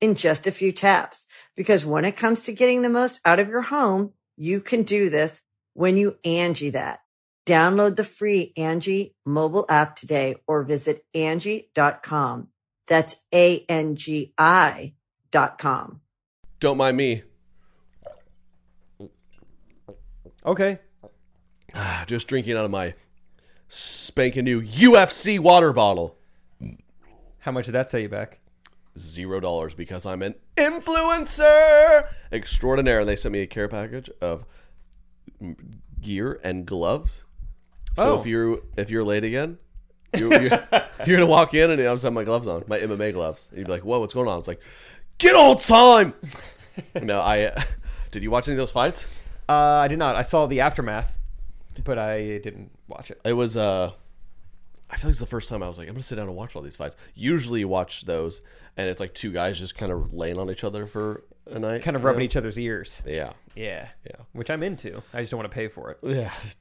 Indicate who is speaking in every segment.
Speaker 1: in just a few taps. Because when it comes to getting the most out of your home, you can do this when you Angie that. Download the free Angie mobile app today or visit Angie.com. That's A-N-G-I dot com.
Speaker 2: Don't mind me.
Speaker 3: Okay.
Speaker 2: Ah, Just drinking out of my spanking new UFC water bottle.
Speaker 3: How much did that set you back?
Speaker 2: Zero dollars because I'm an influencer extraordinaire. And they sent me a care package of m- gear and gloves. So
Speaker 3: Oh.
Speaker 2: if you if you're late again, you, you, you're gonna walk in and I'm just have my gloves on, my MMA gloves. And you'd be like, "Whoa, what's going on?" It's like, "Get old time." no, I did you watch any of those fights?
Speaker 3: Uh, I did not. I saw the aftermath, but I didn't watch it.
Speaker 2: it was uh I feel like it's the first time I was like, I'm gonna sit down and watch all these fights. Usually you watch those and it's like two guys just kind of laying on each other for a night.
Speaker 3: Kind of rubbing each other's ears.
Speaker 2: Yeah.
Speaker 3: Yeah.
Speaker 2: Yeah.
Speaker 3: Which I'm into. I just don't want to pay for it.
Speaker 2: Yeah.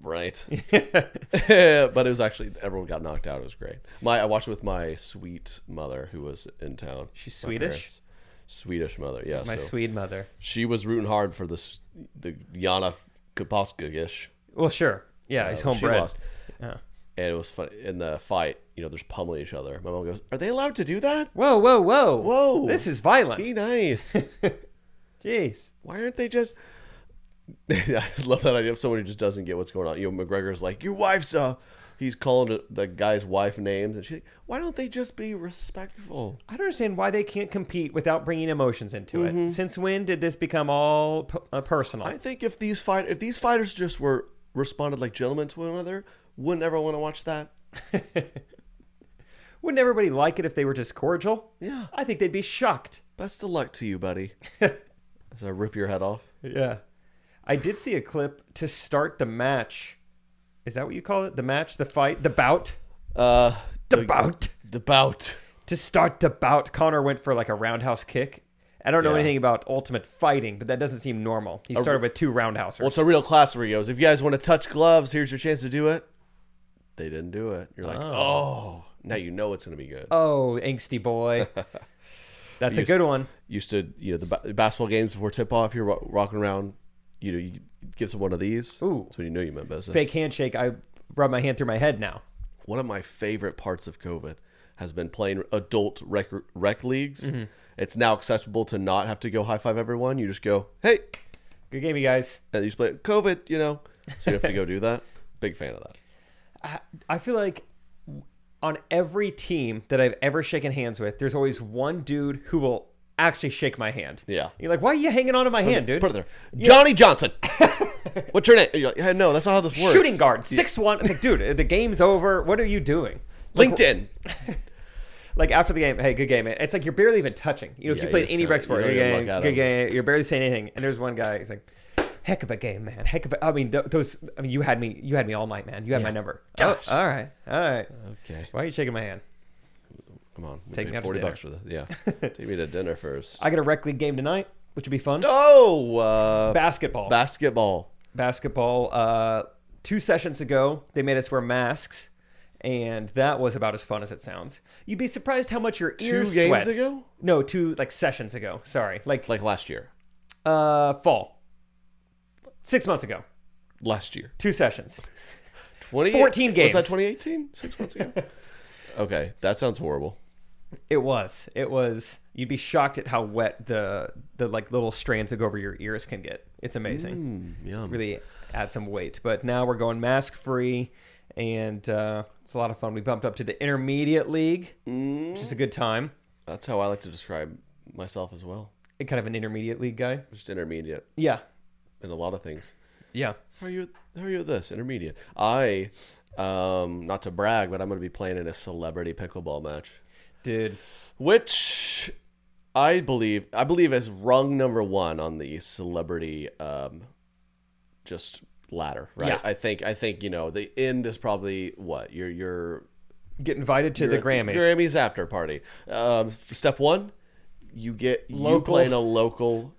Speaker 2: Right. but it was actually everyone got knocked out. It was great. My I watched it with my sweet mother who was in town.
Speaker 3: She's
Speaker 2: My
Speaker 3: Swedish?
Speaker 2: parents. Swedish mother, yeah.
Speaker 3: My
Speaker 2: so
Speaker 3: Swede mother.
Speaker 2: she was rooting hard for this the Yana Kapaskagish.
Speaker 3: Well, sure. Yeah, he's
Speaker 2: She
Speaker 3: homebred.
Speaker 2: lost.
Speaker 3: Yeah.
Speaker 2: And it was funny in the fight, you know, there's pummeling each other. My mom goes, Are they allowed to do that?
Speaker 3: Whoa, whoa, whoa.
Speaker 2: Whoa.
Speaker 3: This is violent.
Speaker 2: Be nice.
Speaker 3: Jeez.
Speaker 2: Why aren't they just? I love that idea of someone who just doesn't get what's going on. You know, McGregor's like, your wife's uh He's calling the guy's wife names, and she's like, "Why don't they just be respectful?"
Speaker 3: I don't understand why they can't compete without bringing emotions into it. Since when did this become all p- uh, personal?
Speaker 2: Mm-hmm. I think if these fight, if these fighters just were responded like gentlemen to one another, wouldn't everyone want to watch that?
Speaker 3: Wouldn't everybody like it if they were just cordial?
Speaker 2: Yeah.
Speaker 3: I think they'd be shocked.
Speaker 2: Best of luck to you, buddy. As I rip your head off,
Speaker 3: Yeah. I did see a clip to start the match. Is that what you call it? The match, the fight, the bout?
Speaker 2: uh,
Speaker 3: The bout.
Speaker 2: the bout.
Speaker 3: To start the bout, Connor went for like a roundhouse kick. I don't know
Speaker 2: Yeah.
Speaker 3: anything about ultimate fighting, but that doesn't seem normal. He started with two roundhousers.
Speaker 2: Well, it's a real class where he goes, "If you guys want to touch gloves, here's your chance to do it." They didn't do it. You're like, "Oh, now you know it's going to be good."
Speaker 3: oh, angsty boy. That's a
Speaker 2: Used-
Speaker 3: good one.
Speaker 2: used to you know the ba- basketball games before tip off. You're ro- rocking around. You know, you give someone one of these.
Speaker 3: Ooh.
Speaker 2: that's when you know you meant business.
Speaker 3: Fake handshake. I rub my hand through my head now.
Speaker 2: One of my favorite parts of COVID has been playing adult rec, rec leagues.
Speaker 3: Mm-hmm.
Speaker 2: It's now acceptable to not have to go high five everyone. You just go, hey,
Speaker 3: Good game, you guys.
Speaker 2: and you just play COVID. You know, so you have to go do that. Big fan of that.
Speaker 3: I feel like on every team that I've ever shaken hands with, there's always one dude who will actually shake my hand.
Speaker 2: Yeah.
Speaker 3: You're like, why are you hanging on to my hand, dude?
Speaker 2: Put it there. Johnny Johnson. What's your name? You're like, "Hey, no, that's not how this works.
Speaker 3: Shooting guard, six one. It's like, dude, the game's over. What are you doing?
Speaker 2: LinkedIn.
Speaker 3: Like after the game, hey, good game. man. It's like you're barely even touching. You know, if
Speaker 2: Yeah,
Speaker 3: you played
Speaker 2: you just
Speaker 3: any
Speaker 2: gotta-
Speaker 3: rec sport,
Speaker 2: you
Speaker 3: good
Speaker 2: gotta
Speaker 3: game,
Speaker 2: look at
Speaker 3: good game. You're barely saying anything, and there's one guy. He's like, heck of a game, man. Heck of a. I mean, th- those. I mean, you had me. You had me all night, man. You had my number. Oh,
Speaker 2: Gosh.
Speaker 3: all right, all right.
Speaker 2: Okay,
Speaker 3: Why are you shaking my hand?
Speaker 2: come on. We
Speaker 3: Take me
Speaker 2: paid
Speaker 3: out to
Speaker 2: forty
Speaker 3: dinner.
Speaker 2: bucks for this. Yeah, take me to dinner first.
Speaker 3: I got a rec league game tonight, which would be fun.
Speaker 2: Oh, uh,
Speaker 3: Basketball.
Speaker 2: basketball.
Speaker 3: basketball. Uh, two sessions ago, they made us wear masks, and that was about as fun as it sounds. You'd be surprised how much your ears
Speaker 2: games
Speaker 3: sweat.
Speaker 2: ago?
Speaker 3: No, two like sessions ago. Sorry, like,
Speaker 2: Like last year.
Speaker 3: uh, fall, six months ago,
Speaker 2: Last year.
Speaker 3: two sessions.
Speaker 2: 20,
Speaker 3: 14 games.
Speaker 2: Was that 2018? Six months ago? okay, that sounds horrible.
Speaker 3: It was. It was. You'd be shocked at how wet the the like little strands that go over your ears can get. It's amazing.
Speaker 2: Mm, yum.
Speaker 3: really add some weight. But now we're going mask free, and uh, it's a lot of fun. We bumped up to the intermediate league, which is a good time.
Speaker 2: That's how I like to describe myself as well.
Speaker 3: And kind of an intermediate league guy.
Speaker 2: Just intermediate
Speaker 3: Yeah,
Speaker 2: in a lot of things.
Speaker 3: yeah.
Speaker 2: How are you? How are you at this intermediate? I, um, not to brag, but I'm going to be playing in a celebrity pickleball match,
Speaker 3: Dude,
Speaker 2: which I believe I believe is rung number one on the celebrity, um, just ladder. Right.
Speaker 3: Yeah.
Speaker 2: I think I think you know the end is probably what your your
Speaker 3: get invited to the Grammys.
Speaker 2: Grammys after party. Um, for step one, you get you
Speaker 3: Local.
Speaker 2: play in a local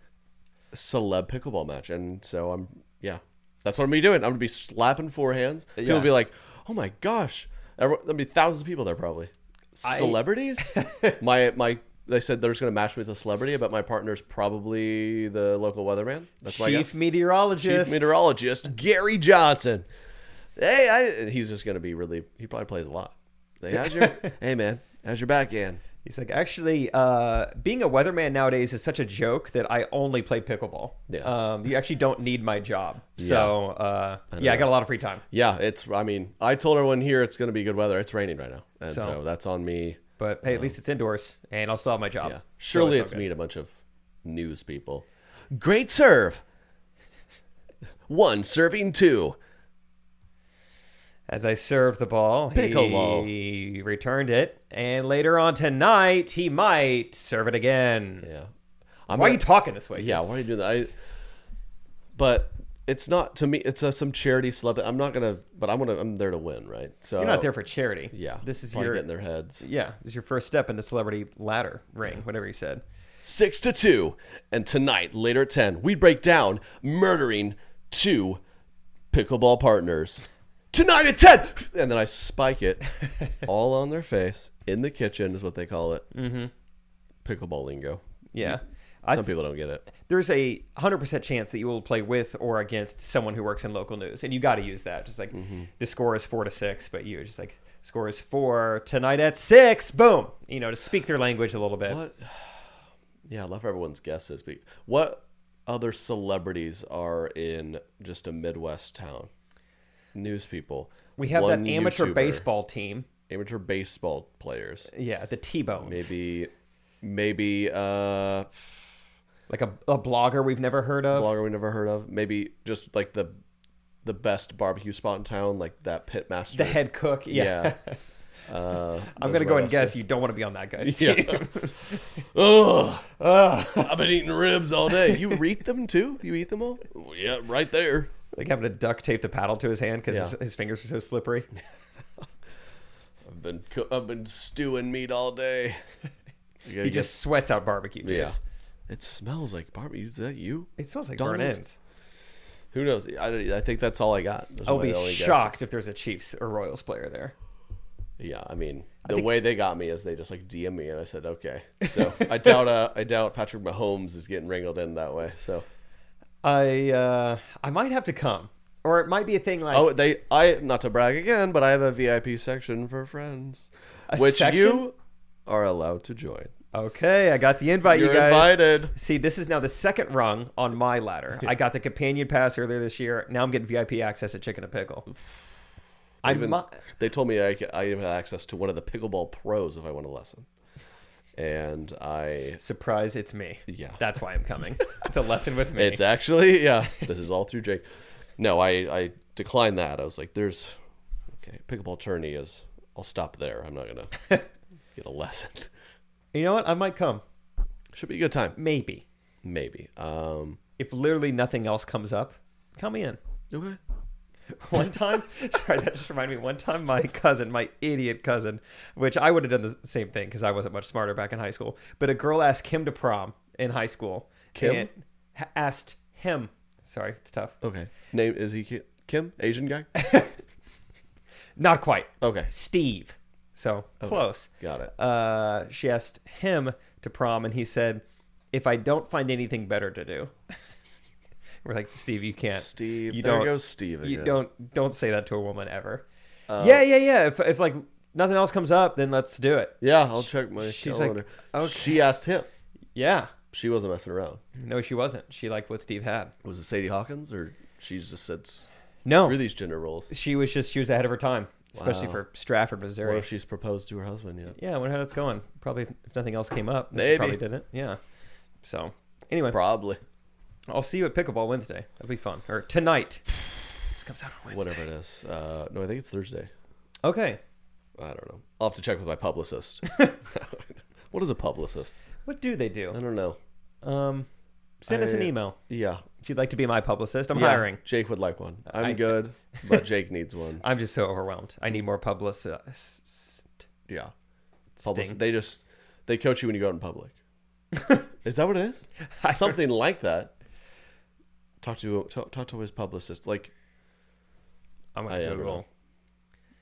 Speaker 2: celeb pickleball match, and so I'm yeah, that's what I'm gonna be doing. I'm gonna be slapping forehands. People
Speaker 3: Yeah.
Speaker 2: will be like, "Oh my gosh!" Everyone- There'll be thousands of people there probably. Celebrities? my my. They said they're just gonna match me with a celebrity, but my partner's probably the local weatherman. That's my
Speaker 3: Chief
Speaker 2: guess.
Speaker 3: meteorologist.
Speaker 2: Chief meteorologist Gary Johnson. Hey, I, and he's just gonna be really. He probably plays a lot. Like, how's your? hey, man, how's your backhand?
Speaker 3: He's like, actually, uh, being a weatherman nowadays is such a joke that I only play pickleball.
Speaker 2: Yeah.
Speaker 3: Um, you actually don't need my job. So, uh, yeah, I got a lot of free time.
Speaker 2: Yeah, it's. I mean, I told everyone here it's gonna be good weather. It's raining right now, and so,
Speaker 3: So-
Speaker 2: that's on me.
Speaker 3: But hey, at least it's indoors, and I'll still have my job.
Speaker 2: Yeah, surely
Speaker 3: all
Speaker 2: it's me and a bunch of news people. Great serve. One serving two.
Speaker 3: As I served the ball, he
Speaker 2: Pickleball.
Speaker 3: returned it, and later on tonight he might serve it again.
Speaker 2: Yeah, I'm
Speaker 3: Why are
Speaker 2: gonna-
Speaker 3: you talking this way?
Speaker 2: Yeah, why are you doing that? I, but it's not to me. It's a, some charity celebrity. I'm not gonna. But I'm gonna. I'm there to win, right? So
Speaker 3: you're not there for charity.
Speaker 2: Yeah,
Speaker 3: this is
Speaker 2: probably
Speaker 3: your
Speaker 2: get in their heads.
Speaker 3: yeah, this is your first step in the celebrity ladder ring, whatever you said.
Speaker 2: Six to two, and tonight later at ten, we break down murdering two pickleball partners. Tonight at ten, and then I spike it all on their face in the kitchen is what they call it. Mm-hmm. Pickleball lingo.
Speaker 3: Yeah,
Speaker 2: Some
Speaker 3: I,
Speaker 2: people don't get it.
Speaker 3: there's a hundred percent chance that you will play with or against someone who works in local news, and you got to use that. Just like
Speaker 2: Mm-hmm.
Speaker 3: the score is four to six, but you just like score is four tonight at six. Boom, you know, to speak their language a little bit.
Speaker 2: What? Yeah, I love everyone's guesses. But what other celebrities are in just a Midwest town? News people.
Speaker 3: We have
Speaker 2: One
Speaker 3: that amateur
Speaker 2: YouTuber.
Speaker 3: baseball team.
Speaker 2: Amateur baseball players.
Speaker 3: Yeah, the T Bones.
Speaker 2: Maybe, maybe uh,
Speaker 3: Like a, a blogger we've never heard of.
Speaker 2: blogger we never heard of. Maybe just like the the best barbecue spot in town, like that pit master.
Speaker 3: the head cook. Yeah.
Speaker 2: yeah. Uh, those
Speaker 3: I'm going to
Speaker 2: are
Speaker 3: go
Speaker 2: my
Speaker 3: and guess
Speaker 2: guesses.
Speaker 3: you don't want to be on that guy's team.
Speaker 2: Yeah. Ugh. I've been eating ribs all day. You eat them too? You eat them all? Oh, Yeah, right there.
Speaker 3: like having to duct tape the paddle to his hand because
Speaker 2: Yeah.
Speaker 3: his, his fingers are so slippery.
Speaker 2: I've been coo- I've been stewing meat all day. You
Speaker 3: He just sweats out barbecue juice.
Speaker 2: yeah. It smells like barbecue. Is that you?
Speaker 3: It smells like
Speaker 2: Donald
Speaker 3: burnt ends.
Speaker 2: Who knows? I, don't- I think that's all I got. Those are
Speaker 3: I'll
Speaker 2: my
Speaker 3: be
Speaker 2: only guesses.
Speaker 3: shocked if there's a Chiefs or Royals player there.
Speaker 2: Yeah, I mean, the way they got me is they just like DM me and I said okay. So I doubt uh, I doubt Patrick Mahomes is getting wrangled in that way. So
Speaker 3: I uh, I might have to come, or it might be a thing like
Speaker 2: oh, they I not to brag again, but I have a VIP section for friends,
Speaker 3: A
Speaker 2: which
Speaker 3: section?
Speaker 2: you are allowed to join.
Speaker 3: okay, I got the invite.
Speaker 2: You're
Speaker 3: you guys
Speaker 2: invited.
Speaker 3: See, this is now the second rung on my ladder. I got the companion pass earlier this year. Now I'm getting VIP access to Chicken and Pickle. I
Speaker 2: Even-
Speaker 3: mi-
Speaker 2: They told me I, c- I even had access to one of the pickleball pros if I want a lesson. And I,
Speaker 3: surprise, it's me.
Speaker 2: Yeah.
Speaker 3: that's why I'm coming. it's a lesson with me.
Speaker 2: it's actually, yeah, this is all through Jake. No, I, I declined that. I was like, there's, okay, pickleball tourney is, I'll stop there. I'm not going to get a lesson.
Speaker 3: you know what? I might come.
Speaker 2: Should be a good time.
Speaker 3: Maybe
Speaker 2: Maybe. Um,
Speaker 3: if literally nothing else comes up, count me in.
Speaker 2: okay.
Speaker 3: One time, sorry, that just reminded me. One time, my cousin, my idiot cousin, which I would have done the same thing because I wasn't much smarter back in high school. But a girl asked him to prom in high school.
Speaker 2: Kim?
Speaker 3: and ha- asked him. Sorry, it's tough.
Speaker 2: Okay. Name, is he Ki- Kim? Asian guy?
Speaker 3: Not quite.
Speaker 2: Okay.
Speaker 3: Steve. So close.
Speaker 2: Oh. Got it.
Speaker 3: Uh, she asked him to prom, and he said, "If I don't find anything better to do." We're like, Steve, you can't.
Speaker 2: Steve.
Speaker 3: you
Speaker 2: there
Speaker 3: don't-
Speaker 2: goes Steve again.
Speaker 3: You don't don't say that to a woman ever.
Speaker 2: Oh.
Speaker 3: yeah, yeah, yeah. If if like nothing else comes up, then let's do it.
Speaker 2: Yeah, I'll check my
Speaker 3: She's like,
Speaker 2: calendar. She asked him.
Speaker 3: Yeah.
Speaker 2: She wasn't messing around.
Speaker 3: No, she wasn't. She liked what Steve had.
Speaker 2: Was it Sadie Hawkins or she just said,
Speaker 3: No,
Speaker 2: screw these gender roles?
Speaker 3: she was just she was ahead of her time, especially
Speaker 2: Wow.
Speaker 3: for Stratford,
Speaker 2: What
Speaker 3: Missouri.
Speaker 2: if she's proposed to her husband yet?
Speaker 3: yeah, I wonder how that's going. Probably if, if nothing else came up,
Speaker 2: Maybe.
Speaker 3: she probably didn't. Yeah. So anyway,
Speaker 2: Probably.
Speaker 3: I'll see you at pickleball Wednesday. That'll be fun. Or tonight. This comes out on Wednesday.
Speaker 2: Whatever it is. Uh, no, I think it's Thursday.
Speaker 3: Okay.
Speaker 2: I don't know. I'll have to check with my publicist. what is a publicist?
Speaker 3: What do they
Speaker 2: I
Speaker 3: do?
Speaker 2: don't know.
Speaker 3: Um, send us an
Speaker 2: I-
Speaker 3: email
Speaker 2: Yeah.
Speaker 3: if you'd like to be my publicist. I'm
Speaker 2: Yeah,
Speaker 3: hiring.
Speaker 2: Jake would like one. I'm
Speaker 3: I-
Speaker 2: good, but Jake needs one.
Speaker 3: I'm just so overwhelmed. I need more publicist.
Speaker 2: Yeah. Public,
Speaker 3: Sting.
Speaker 2: they just they coach you when you go out in public. is that what it is? Something like that. Talk to talk, talk to his publicist. Like,
Speaker 3: I'm
Speaker 2: I
Speaker 3: gonna
Speaker 2: don't
Speaker 3: Google
Speaker 2: know.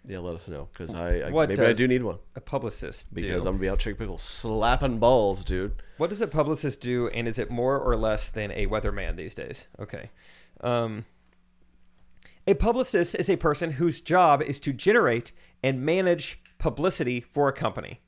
Speaker 2: yeah, let us know because I, I
Speaker 3: What
Speaker 2: maybe I
Speaker 3: does-
Speaker 2: do need one
Speaker 3: a publicist do.
Speaker 2: because I'm gonna be out checking people slapping balls, dude.
Speaker 3: What does a publicist do, and is it more or less than a weatherman these days? Okay. Um, a publicist is a person whose job is to generate and manage publicity for a company,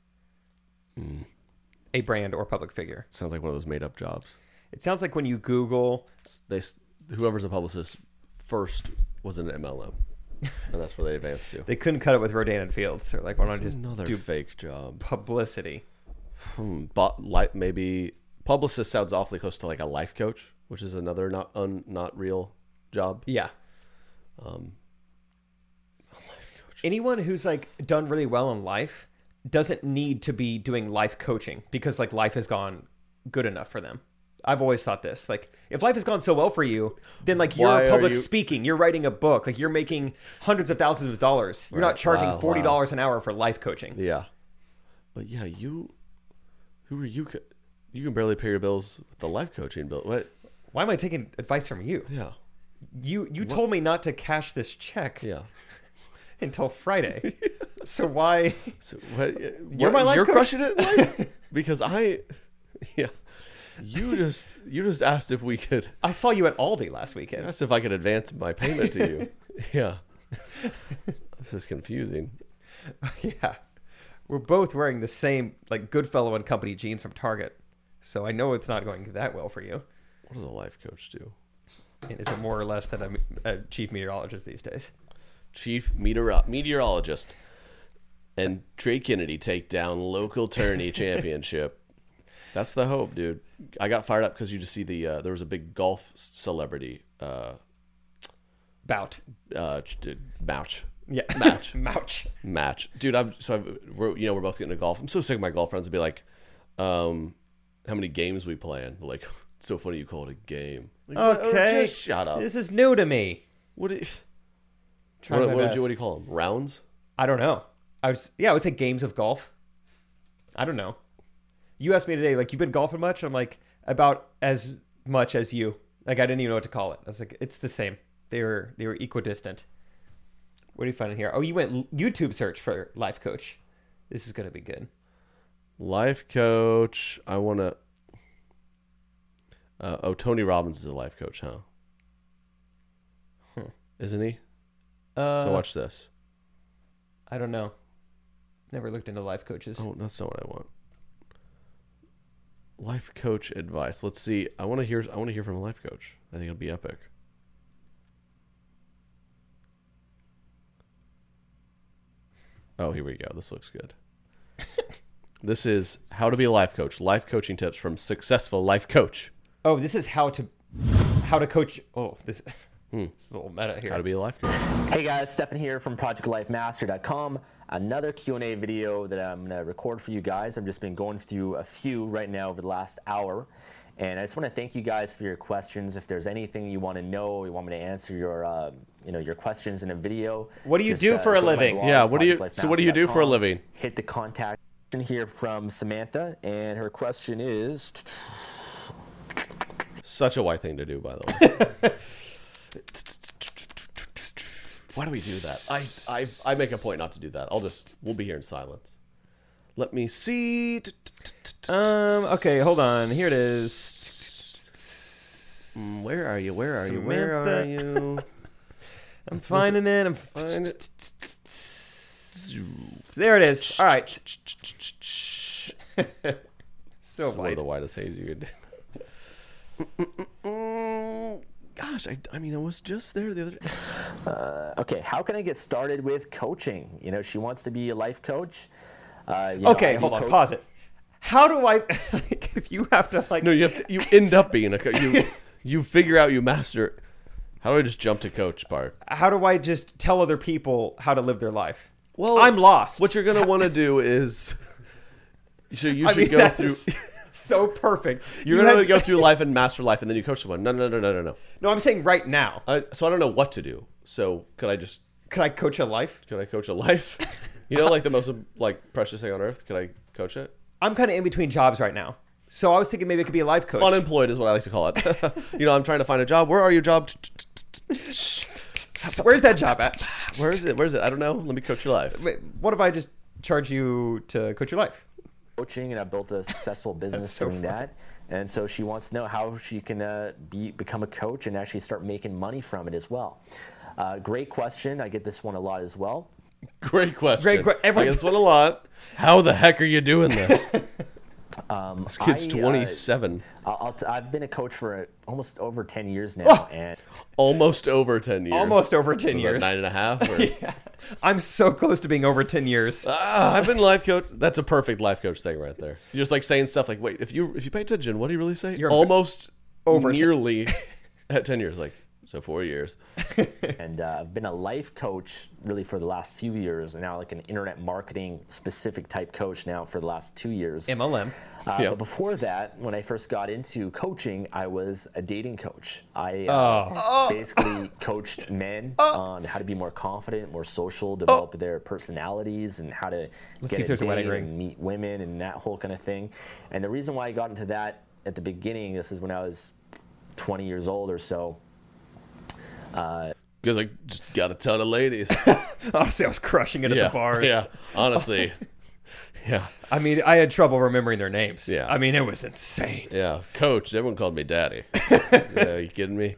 Speaker 3: a brand, or public figure.
Speaker 2: Sounds like one of those made up jobs.
Speaker 3: It sounds like when you Google,
Speaker 2: It's- They s- whoever's a publicist first was an MLM, and that's where they advanced to.
Speaker 3: they couldn't cut it with Rodan and Fields. They're like, why don't I just
Speaker 2: Another
Speaker 3: do
Speaker 2: fake job.
Speaker 3: publicity?
Speaker 2: Hmm, but like maybe publicist sounds awfully close to like a life coach, which is another not un, not real job.
Speaker 3: Yeah.
Speaker 2: Um,
Speaker 3: Anyone who's like done really well in life doesn't need to be doing life coaching because like life has gone good enough for them. I've always thought this. Like if life has gone so well for you, then like you're
Speaker 2: Why are
Speaker 3: public
Speaker 2: you-
Speaker 3: speaking, you're writing a book, like you're making hundreds of thousands of dollars. You're
Speaker 2: Right.
Speaker 3: not charging
Speaker 2: Wow, wow.
Speaker 3: $40 an hour for life coaching.
Speaker 2: Yeah, but yeah, you who are you? co- You can barely pay your bills with the life coaching bill. What?
Speaker 3: Why am I taking advice from you?
Speaker 2: Yeah,
Speaker 3: You you told me not to cash this check
Speaker 2: yeah.
Speaker 3: until Friday. so why
Speaker 2: So what?
Speaker 3: You're my life
Speaker 2: You're
Speaker 3: coach?
Speaker 2: crushing it, in life? because I, yeah. You just you just asked if we could
Speaker 3: I saw you at Aldi last weekend.
Speaker 2: asked if I could advance my payment to you. yeah. This is confusing.
Speaker 3: Yeah. We're both wearing the same like Goodfellow and Company jeans from Target. So I know it's not going that well for you.
Speaker 2: What does a life coach do?
Speaker 3: And is it more or less than a, a chief meteorologist these days?
Speaker 2: chief meteor- meteorologist and Trey Kennedy take down local tourney championship. That's the hope, dude. I got fired up because you just see the uh, there was a big golf s- celebrity uh,
Speaker 3: Bout.
Speaker 2: uh, ch- d- match
Speaker 3: Yeah.
Speaker 2: Match.
Speaker 3: Mouch.
Speaker 2: match, dude. I'm so I've, we're you know we're both getting to golf. I'm so sick of my golf friends to be like, um, how many games we playing? Like, it's so funny you call it a game. Like, oh,
Speaker 3: Okay.
Speaker 2: just shut up.
Speaker 3: This is new to me.
Speaker 2: What? do you-
Speaker 3: Try
Speaker 2: What,
Speaker 3: my
Speaker 2: what,
Speaker 3: best.
Speaker 2: do you, what do you call them? Rounds?
Speaker 3: I don't know. I was yeah, I would say games of golf. I don't know. You asked me today, like you've been golfing much? I'm like, about as much as you. Like I didn't even know what to call it. I was like, it's the same. They were they were equidistant. What do you find in here? Oh, you went l- YouTube search for life coach. This is gonna be good.
Speaker 2: life coach. I want to. Uh, oh, Tony Robbins is a life coach, huh? Isn't he?
Speaker 3: Uh,
Speaker 2: so watch this.
Speaker 3: I don't know. Never looked into life coaches.
Speaker 2: Oh, that's not what I want. Life coach advice. Let's see. I want to hear. I want to hear from a life coach. I think it'll be epic. Oh, here we go. This looks good. this is how to be a life coach. Life coaching tips from successful life coach.
Speaker 3: Oh, this is how to how to coach. Oh, this, this is a little meta here.
Speaker 2: Hmm. How to be a life coach.
Speaker 4: Hey guys, Stefan here from ProjectLifeMaster.com. Another Q&A video that I'm going to record for you guys. I've just been going through a few right now over the last hour. And I just want to thank you guys for your questions. If there's anything you want to know, you want me to answer your, uh, you know, your questions in a video. uh,
Speaker 3: What do you do for a
Speaker 4: go to my
Speaker 3: living?
Speaker 4: blog,
Speaker 2: Yeah, what do you- so what do you do for a
Speaker 4: projectlifemaster.com,
Speaker 2: living?
Speaker 4: Hit the contact button here from Samantha, and her question is.
Speaker 2: Such a white thing to do, by the way. Why do we do that? I, I I make a point not to do that. I'll just we'll be here in silence. Let me see.
Speaker 3: Um. Okay. Hold on. Here it is.
Speaker 2: Mm, Where are you? Where are you? Where are
Speaker 3: Samantha.
Speaker 2: you?
Speaker 3: I'm finding it. I'm
Speaker 2: Find it.
Speaker 3: there. It is. All right. so
Speaker 2: One of
Speaker 3: white.
Speaker 2: the whitest things you could do. Mm, gosh, I, I mean, I was just there the other day.
Speaker 4: Okay, how can I get started with coaching? You know, she wants to be a life coach. Uh, you know, I
Speaker 3: Okay,
Speaker 4: do
Speaker 3: hold on.
Speaker 4: coach-
Speaker 3: Pause it. How do I? like, if you have to like
Speaker 2: No, you have to. You end up being a coach. You you figure out you master. it. How do I just jump to coach part?
Speaker 3: how do I just tell other people how to live their life?
Speaker 2: Well,
Speaker 3: I'm lost.
Speaker 2: What you're gonna want to do is, so you
Speaker 3: I
Speaker 2: should
Speaker 3: mean,
Speaker 2: go
Speaker 3: that's
Speaker 2: through.
Speaker 3: so perfect.
Speaker 2: You're
Speaker 3: You
Speaker 2: gonna
Speaker 3: have
Speaker 2: go
Speaker 3: to-
Speaker 2: through life and master life, and then you coach someone. No, no, no, no, no, no.
Speaker 3: No, I'm saying right now.
Speaker 2: I, so I don't know what to do. So could I just
Speaker 3: Could I coach a life?
Speaker 2: could I coach a life? You know, like the most like precious thing on earth. Could I coach it?
Speaker 3: I'm kind of in between jobs right now, so I was thinking maybe I could be a life coach.
Speaker 2: Unemployed is what I like to call it. you know, I'm trying to find a job. Where are your job?
Speaker 3: Where's that job at?
Speaker 2: Where is it? Where is it? I don't know. Let me coach your life.
Speaker 3: Wait, What if I just charge you to coach your life?
Speaker 4: coaching, and I built a successful business
Speaker 3: so
Speaker 4: doing that. And so she wants to know how she can uh, be become a coach and actually start making money from it as well. Uh, great question. I get this one a lot as well.
Speaker 2: Great question.
Speaker 3: Great que-
Speaker 2: I
Speaker 3: everyone's-
Speaker 2: guess one a lot. How the heck are you doing this?
Speaker 3: Um,
Speaker 2: this kid's
Speaker 4: I, uh,
Speaker 2: 27,
Speaker 4: I'll, I'll t- I've been a coach for uh, almost over 10 years now, and
Speaker 2: almost over 10 years.
Speaker 3: Almost over 10
Speaker 2: Was that
Speaker 3: years.
Speaker 2: nine and a half. Or...
Speaker 3: I'm so close to being over 10 years.
Speaker 2: Ah, I've been life coach. That's a perfect life coach thing right there. You're just like saying stuff like, "Wait, if you if you pay attention, what do you really say?" You're almost over nearly at 10 years, like so four years.
Speaker 4: and uh, I've been a life coach really for the last few years, and now like an internet marketing specific type coach now for the last two years.
Speaker 3: MLM.
Speaker 4: Uh,
Speaker 2: Yeah.
Speaker 4: But before that, when I first got into coaching, I was a dating coach. I
Speaker 3: Oh.
Speaker 4: uh, basically coached men on how to be more confident, more social,
Speaker 3: Oh.
Speaker 4: develop their personalities, and how to
Speaker 3: see if
Speaker 4: get
Speaker 3: there's a
Speaker 4: a
Speaker 3: wedding
Speaker 4: date
Speaker 3: ring.
Speaker 4: and meet women and that whole kind of thing. And the reason why I got into that at the beginning, this is when I was 20 years old or so.
Speaker 2: Because I just got a ton of ladies.
Speaker 3: Honestly, I was crushing it at
Speaker 2: yeah,
Speaker 3: the bars.
Speaker 2: yeah. Honestly, yeah,
Speaker 3: I mean, I had trouble remembering their names.
Speaker 2: Yeah.
Speaker 3: I mean, it was insane.
Speaker 2: yeah. Coach, everyone called me daddy. yeah, are you kidding me?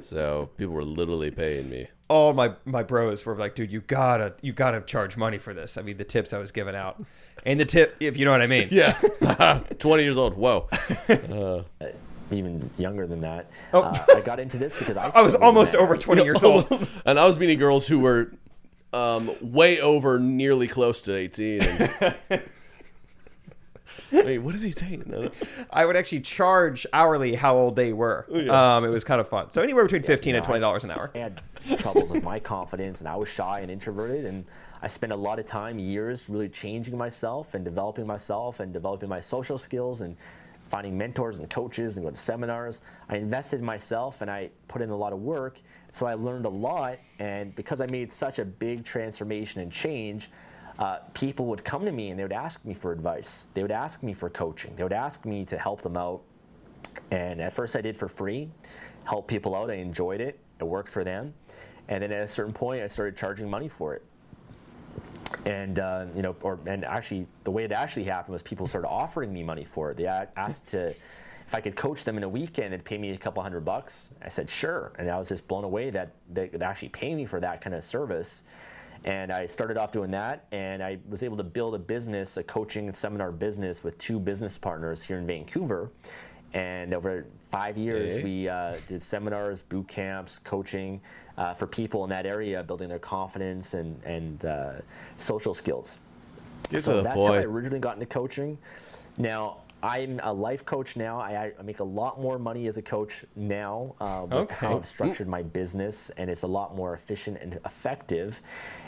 Speaker 2: So people were literally paying me.
Speaker 3: All my, my bros were like, dude, you gotta, you gotta charge money for this. I mean, the tips I was giving out and the tip, if you know what I mean.
Speaker 2: Yeah, 20 years old. Whoa.
Speaker 4: Even younger than that,
Speaker 3: Oh.
Speaker 4: uh, I got into this because I,
Speaker 3: I was
Speaker 4: struggled with
Speaker 3: almost
Speaker 4: that.
Speaker 3: over 20 years old.
Speaker 2: Oh, and I was meeting girls who were um, way over, nearly close to 18. And... Wait, what is he saying? No, no.
Speaker 3: I would actually charge hourly how old they were.
Speaker 2: Oh,
Speaker 3: Um, it was kind of fun. So anywhere between 15 and $20 an hour.
Speaker 4: I had troubles with my confidence and I was shy and introverted and I spent a lot of time years really changing myself and developing myself and developing my social skills and finding mentors and coaches and going to seminars. I invested in myself and I put in a lot of work, so I learned a lot and because I made such a big transformation and change, uh, people would come to me and they would ask me for advice. They would ask me for coaching. They would ask me to help them out and at first, I did for free, helped people out. I enjoyed it. It worked for them. And then at a certain point, I started charging money for it. And uh, you know, or and actually, the way it actually happened was people started offering me money for it. They a- asked to if I could coach them in a weekend and pay me a couple hundred bucks. I said sure, and I was just blown away that they could actually pay me for that kind of service. And I started off doing that, and I was able to build a business, a coaching and seminar business with two business partners here in Vancouver. And over five years,
Speaker 2: Okay.
Speaker 4: we uh, did seminars, boot camps, coaching uh, for people in that area, building their confidence and, and uh, social skills
Speaker 2: Get
Speaker 4: so
Speaker 2: to the
Speaker 4: that's how I
Speaker 2: point.
Speaker 4: originally got into coaching. Now I'm a life coach now. I, I make a lot more money as a coach now uh, with
Speaker 3: Okay.
Speaker 4: how
Speaker 2: Mm.
Speaker 4: I've structured my business, and it's a lot more efficient and effective.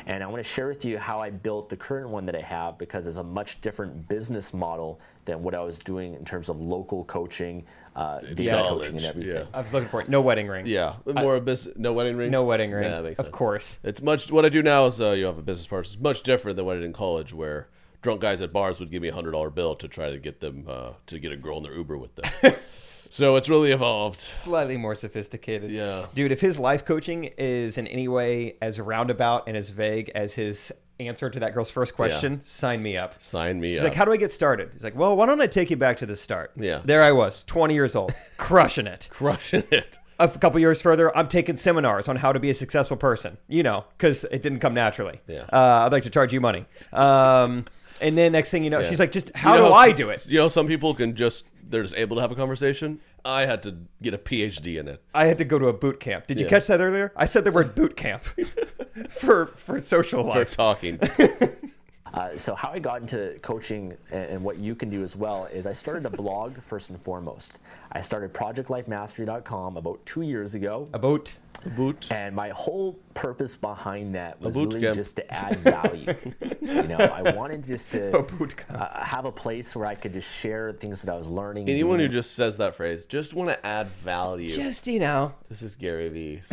Speaker 4: And I want to share with you how I built the current one that I have because it's a much different business model than what I was doing in terms of local coaching, uh, dating coaching, and
Speaker 2: College.
Speaker 4: everything.
Speaker 2: Yeah.
Speaker 3: I was looking for it. No wedding ring.
Speaker 2: Yeah. More of business. No wedding ring?
Speaker 3: No wedding ring.
Speaker 2: Yeah, that makes
Speaker 3: of
Speaker 2: sense.
Speaker 3: course.
Speaker 2: It's much, what I do now is uh, you have a business partner. It's much different than what I did in college where drunk guys at bars would give me a hundred dollar bill to try to get them, uh, to get a girl in their Uber with them. so it's really evolved.
Speaker 3: slightly more sophisticated.
Speaker 2: Yeah.
Speaker 3: Dude, if his life coaching is in any way as roundabout and as vague as his answer to that girl's first question, sign me up.
Speaker 2: Sign me
Speaker 3: She's
Speaker 2: up.
Speaker 3: like, how do I get started? He's like, well, why don't I take you back to the start?
Speaker 2: Yeah.
Speaker 3: There I was, 20 years old, crushing it.
Speaker 2: Crushing it.
Speaker 3: A f- couple years further, I'm taking seminars on how to be a successful person, you know, because it didn't come naturally.
Speaker 2: Yeah.
Speaker 3: Uh, I'd like to charge you money. Um, and then next thing you know, she's like, just how
Speaker 2: You know
Speaker 3: do
Speaker 2: how
Speaker 3: I
Speaker 2: s-
Speaker 3: do it?
Speaker 2: You know, some people can just they're just able to have a conversation. I had to get a PhD in it.
Speaker 3: I had to go to a boot camp. Did you
Speaker 2: Yeah.
Speaker 3: catch that earlier? I said the word boot camp for for social
Speaker 2: For
Speaker 3: life.
Speaker 2: talking.
Speaker 4: Uh, so how I got into coaching and, and what you can do as well is I started a blog first and foremost. I started ProjectLifeMastery.com about two years ago.
Speaker 3: A boat.
Speaker 2: Boot.
Speaker 4: And my whole purpose behind that was
Speaker 2: boot
Speaker 4: really
Speaker 2: camp.
Speaker 4: just to add value. you know, I wanted just to
Speaker 3: boot camp.
Speaker 4: uh, have a place where I could just share things that I was learning.
Speaker 2: Anyone
Speaker 4: doing.
Speaker 2: who just says that phrase, just want to add value.
Speaker 3: Just you know,
Speaker 2: This is Gary Vee's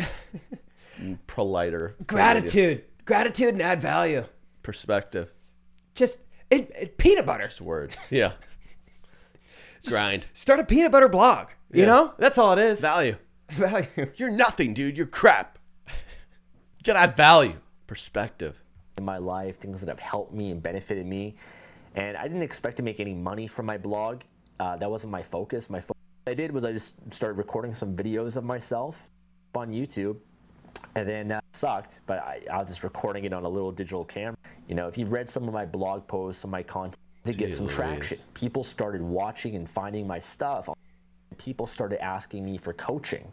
Speaker 2: proliter
Speaker 3: gratitude, gratitude, and add value.
Speaker 2: perspective.
Speaker 3: Just it, it- peanut butter.
Speaker 2: It's words. Yeah. Grind.
Speaker 3: Start a peanut butter blog. You
Speaker 2: Yeah.
Speaker 3: know, that's all it is.
Speaker 2: Value.
Speaker 3: Value.
Speaker 2: You're nothing, dude. You're crap. You gotta add value. Perspective.
Speaker 4: in my life, things that have helped me and benefited me. And I didn't expect to make any money from my blog. Uh, that wasn't my focus. My focus I did was I just started recording some videos of myself on YouTube. And then that sucked, but I, I was just recording it on a little digital camera. You know, if you've read some of my blog posts, some of my content, to get some
Speaker 2: Jeez.
Speaker 4: traction, people started watching and finding my stuff people started asking me for coaching.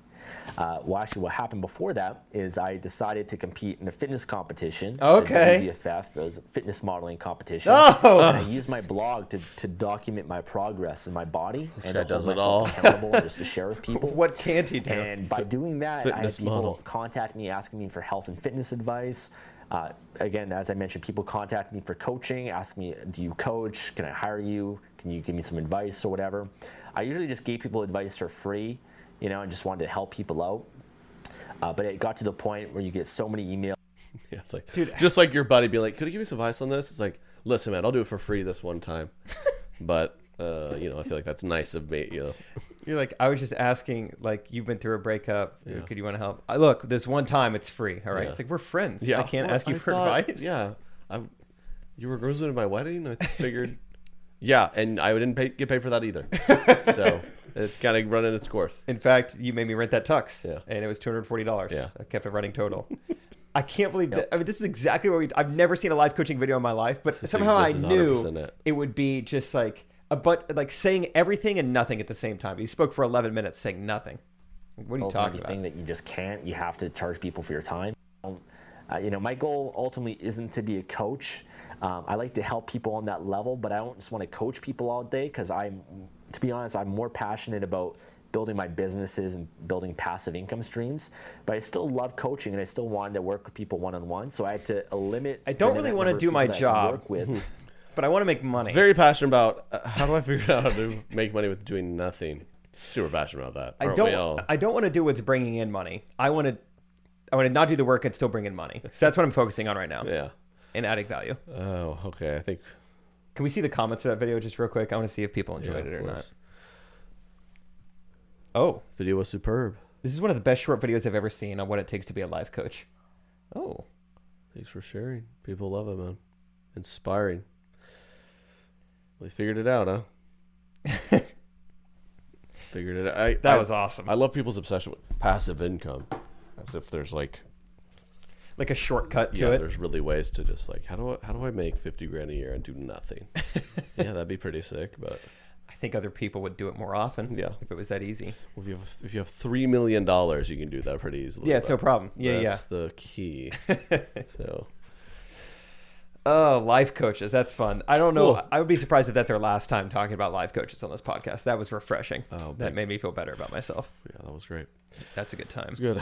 Speaker 4: Uh, well, actually, what happened before that is I decided to compete in a fitness competition.
Speaker 3: Okay.
Speaker 4: The WBFF, it was a fitness modeling competition.
Speaker 3: Oh.
Speaker 4: And I used my blog to, to document my progress in my body and
Speaker 2: guy
Speaker 4: to
Speaker 2: does it
Speaker 4: myself
Speaker 2: all.
Speaker 4: accountable and just to share with people.
Speaker 3: What can't he do?
Speaker 4: And by doing that, I had
Speaker 2: fitness
Speaker 4: people
Speaker 2: model.
Speaker 4: contact me asking me for health and fitness advice. Uh, again, as I mentioned, people contact me for coaching, ask me, do you coach? Can I hire you? Can you give me some advice or whatever? I usually just gave people advice for free, you know, and just wanted to help people out. Uh, but it got to the point where you get so many emails.
Speaker 2: Yeah, it's like just like your buddy being like, "Could you give me some advice on this?" It's like, "Listen, man, I'll do it for free this one time," but uh, you know, I feel like that's nice of me. You know,
Speaker 3: You're like, I was just asking, like, you've been through a breakup. Could you want to help? I, look, this one time it's free. All right.
Speaker 2: Yeah.
Speaker 3: It's like, we're friends.
Speaker 2: yeah,
Speaker 3: I can't
Speaker 2: well,
Speaker 3: ask you
Speaker 2: I
Speaker 3: for
Speaker 2: thought-
Speaker 3: advice.
Speaker 2: Yeah, I, you were groomsmen at my wedding. I figured, yeah, and I didn't pay, get paid for that either. So it kind of running its course.
Speaker 3: In fact, you made me rent that tux.
Speaker 2: Yeah.
Speaker 3: And it was $240.
Speaker 2: Yeah.
Speaker 3: I kept it running total. I can't believe that. I mean, this is exactly what we, I've never seen a live coaching video in my life, but
Speaker 2: is-
Speaker 3: somehow I
Speaker 2: this is
Speaker 3: knew
Speaker 2: 100% it.
Speaker 3: would be just like, a but like saying everything and nothing at the same time. You spoke for 11 minutes saying nothing. Like, what are you
Speaker 4: also
Speaker 3: talking
Speaker 4: anything
Speaker 3: about?
Speaker 4: that you just can't. You have to charge people for your time. Um, uh, you know, my goal ultimately isn't to be a coach. Um, I like to help people on that level, but I don't just want to coach people all day because I'm, to be honest, I'm more passionate about building my businesses and building passive income streams. But I still love coaching and I still wanted to work with people one on one. So I had to eliminate.
Speaker 3: I don't
Speaker 4: the
Speaker 3: really
Speaker 4: net
Speaker 3: wanna
Speaker 4: number of
Speaker 3: do
Speaker 4: people
Speaker 3: my
Speaker 4: that I can
Speaker 3: job.
Speaker 4: Work with.
Speaker 3: But I want to make money.
Speaker 2: Very passionate about uh, how do I figure out how to make money with doing nothing. Super passionate about that.
Speaker 3: I
Speaker 2: aren't we all?
Speaker 3: don't. I don't want to do what's bringing in money. I want to. I want to not do the work and still bring in money. So that's what I'm focusing on right now
Speaker 2: yeah.
Speaker 3: and adding value.
Speaker 2: Oh, okay. I think
Speaker 3: Can we see the comments for that video just real quick? I want to see if people
Speaker 2: yeah,
Speaker 3: enjoyed
Speaker 2: of
Speaker 3: it or not.
Speaker 2: course.
Speaker 3: Oh,
Speaker 2: Video was superb.
Speaker 3: this is one of the best short videos I've ever seen on what it takes to be a life coach. Oh,
Speaker 2: Thanks for sharing. People love it, man. Inspiring. We figured it out, huh? figured it out. I,
Speaker 3: that
Speaker 2: I-
Speaker 3: was awesome.
Speaker 2: I love people's obsession with passive income. As if there's like
Speaker 3: like a shortcut to
Speaker 2: yeah,
Speaker 3: it.
Speaker 2: there's really ways to just like how do I how do I make fifty grand a year and do nothing? yeah, that'd be pretty sick, but
Speaker 3: I think other people would do it more often.
Speaker 2: Yeah.
Speaker 3: if it was that easy.
Speaker 2: if you have if you have three million dollars you can do that pretty easily.
Speaker 3: Yeah, it's no
Speaker 2: but
Speaker 3: problem. Yeah, yeah.
Speaker 2: That's the key. so
Speaker 3: Oh, life coaches. That's fun. I don't know.
Speaker 2: Cool.
Speaker 3: I would be surprised if that's our last time talking about life coaches on this podcast. That was refreshing.
Speaker 2: Oh,
Speaker 3: that
Speaker 2: big-
Speaker 3: made me feel better about myself.
Speaker 2: yeah, that was great.
Speaker 3: That's a good time.
Speaker 2: It's good.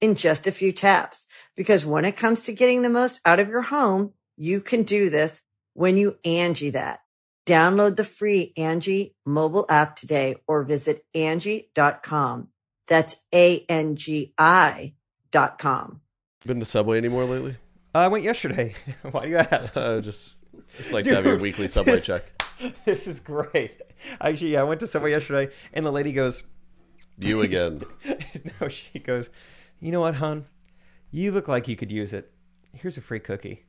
Speaker 1: in just a few taps. Because when it comes to getting the most out of your home, you can do this when you Angie that. Download the free Angie mobile app today or visit Angie.com. That's A-N-G-I dot com.
Speaker 2: Been to Subway anymore lately?
Speaker 3: Uh, I went yesterday. Why do you ask?
Speaker 2: Uh, just it's like to have your
Speaker 3: Dude,
Speaker 2: weekly Subway
Speaker 3: this-
Speaker 2: check.
Speaker 3: This is great. Actually, yeah, I went to Subway yesterday, and the lady goes,
Speaker 2: You again.
Speaker 3: "No," she goes, "You know what, hon? You look like you could use it. Here's a free cookie."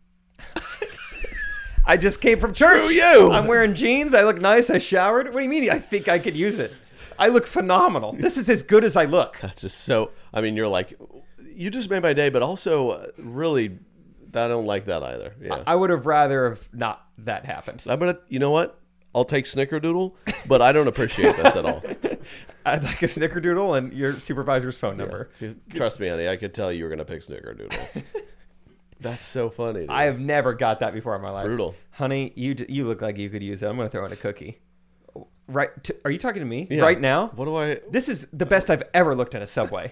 Speaker 3: I just came from church.
Speaker 2: Screw you!
Speaker 3: I'm wearing jeans. I look nice. I showered. What do you mean? I think I could use it. I look phenomenal. This is as good as I look.
Speaker 2: That's just so. I mean, you're like, you just made my day, but also uh, really, I don't like that either. Yeah,
Speaker 3: I would have rather have not that happened.
Speaker 2: I, am gonna. You know what? I'll take Snickerdoodle, but I don't appreciate this at all.
Speaker 3: I'd like a snickerdoodle and your supervisor's phone number.
Speaker 2: Trust me, honey. I could tell you were gonna pick Snickerdoodle. That's so funny. dude.
Speaker 3: I have never got that before in my life.
Speaker 2: Brutal.
Speaker 3: Honey, you d- you look like you could use it. I'm going to throw in a cookie. Right? T- are you talking to me
Speaker 2: Yeah.
Speaker 3: right now?
Speaker 2: What do I?
Speaker 3: This is the best I've ever looked in a subway.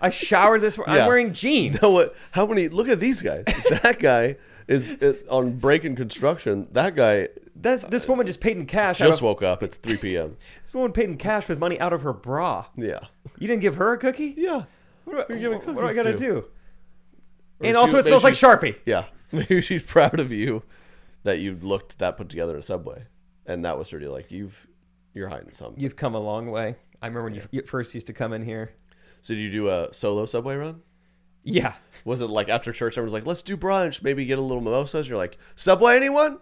Speaker 3: I showered this. morning.
Speaker 2: Yeah.
Speaker 3: I'm wearing jeans.
Speaker 2: No, what? How many? Look at these guys. That guy is uh, on break in construction. That guy
Speaker 3: That's, this woman just paid in cash. out
Speaker 2: just
Speaker 3: of,
Speaker 2: woke up. It's 3 p.m.
Speaker 3: this woman paid in cash with money out of her bra.
Speaker 2: Yeah.
Speaker 3: You didn't give her a cookie?
Speaker 2: Yeah.
Speaker 3: What, do I-
Speaker 2: You're giving
Speaker 3: what, do I
Speaker 2: cookies
Speaker 3: gotta
Speaker 2: to.
Speaker 3: do? And
Speaker 2: she-
Speaker 3: also, it
Speaker 2: they
Speaker 3: smells like
Speaker 2: should-
Speaker 3: Sharpie.
Speaker 2: Yeah. Maybe she's proud of you that you looked that put together at Subway. And that was sort of like, you've, you're hiding something.
Speaker 3: You've come a long way. I remember when you, you first used to come in here.
Speaker 2: So did you do a solo Subway run?
Speaker 3: Yeah.
Speaker 2: Was it like after church, everyone's like, let's do brunch, maybe get a little mimosas? You're like, Subway, anyone?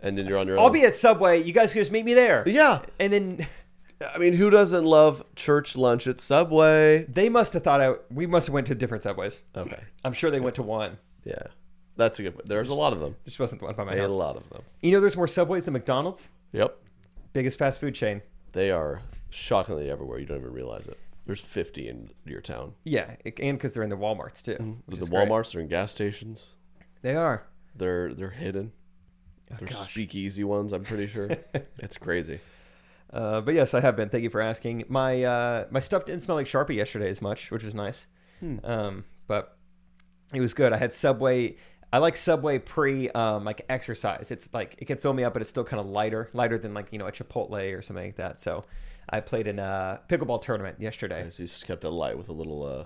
Speaker 2: And then you're on your own.
Speaker 3: I'll be at Subway. You guys can just meet me there.
Speaker 2: yeah.
Speaker 3: And then
Speaker 2: I mean, who doesn't love church lunch at Subway?
Speaker 3: they must have thought I. We must have went to different Subways.
Speaker 2: Okay.
Speaker 3: I'm sure they went to one. There
Speaker 2: Yeah. That's a good There's a lot of them.
Speaker 3: just wasn't the one by my
Speaker 2: They had a
Speaker 3: house.
Speaker 2: lot of them.
Speaker 3: You know, there's more Subways than McDonald's.
Speaker 2: Yep.
Speaker 3: Biggest fast food chain.
Speaker 2: They are shockingly everywhere. You don't even realize it. There's 50 in your town.
Speaker 3: Yeah, Mm-hmm. it- and because they're in the WalMarts too. which
Speaker 2: the
Speaker 3: is great.
Speaker 2: Walmarts are in gas stations.
Speaker 3: They are.
Speaker 2: They're they're hidden.
Speaker 3: Oh,
Speaker 2: They're speakeasy ones. I'm pretty sure. it's crazy.
Speaker 3: Uh, but yes, I have been. Thank you for asking. My uh, my stuff didn't smell like Sharpie yesterday as much, which was nice.
Speaker 2: Hmm.
Speaker 3: Um, but it was good. I had Subway. I like Subway pre um, like exercise. It's like it can fill me up, but it's still kind of lighter, lighter than like you know a Chipotle or something like that. So I played in a pickleball tournament yesterday.
Speaker 2: So you just kept it light with a little uh